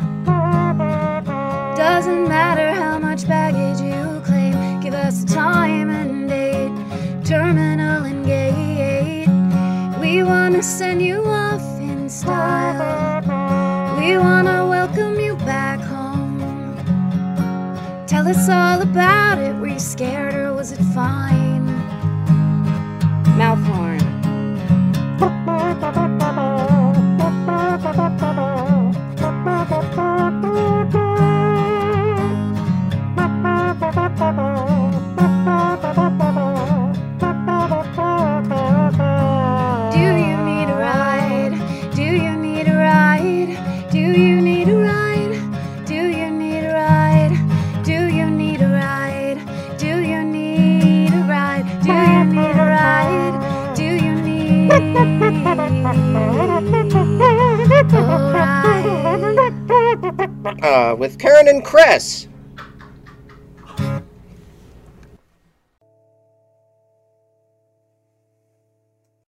Speaker 2: Doesn't matter how much baggage you claim, give us a time and date, terminal and gate. We want to send you off in style. We want to welcome you back home. Tell us all about it. Were you scared or was it fine? Mouth horn. Do you need a ride? Do you need a ride? Do you need a ride? Do you need a ride? Do you need a ride? Do you need a ride? Do you need a ride? Do you need a ride?
Speaker 3: Uh, with Karen and Chris.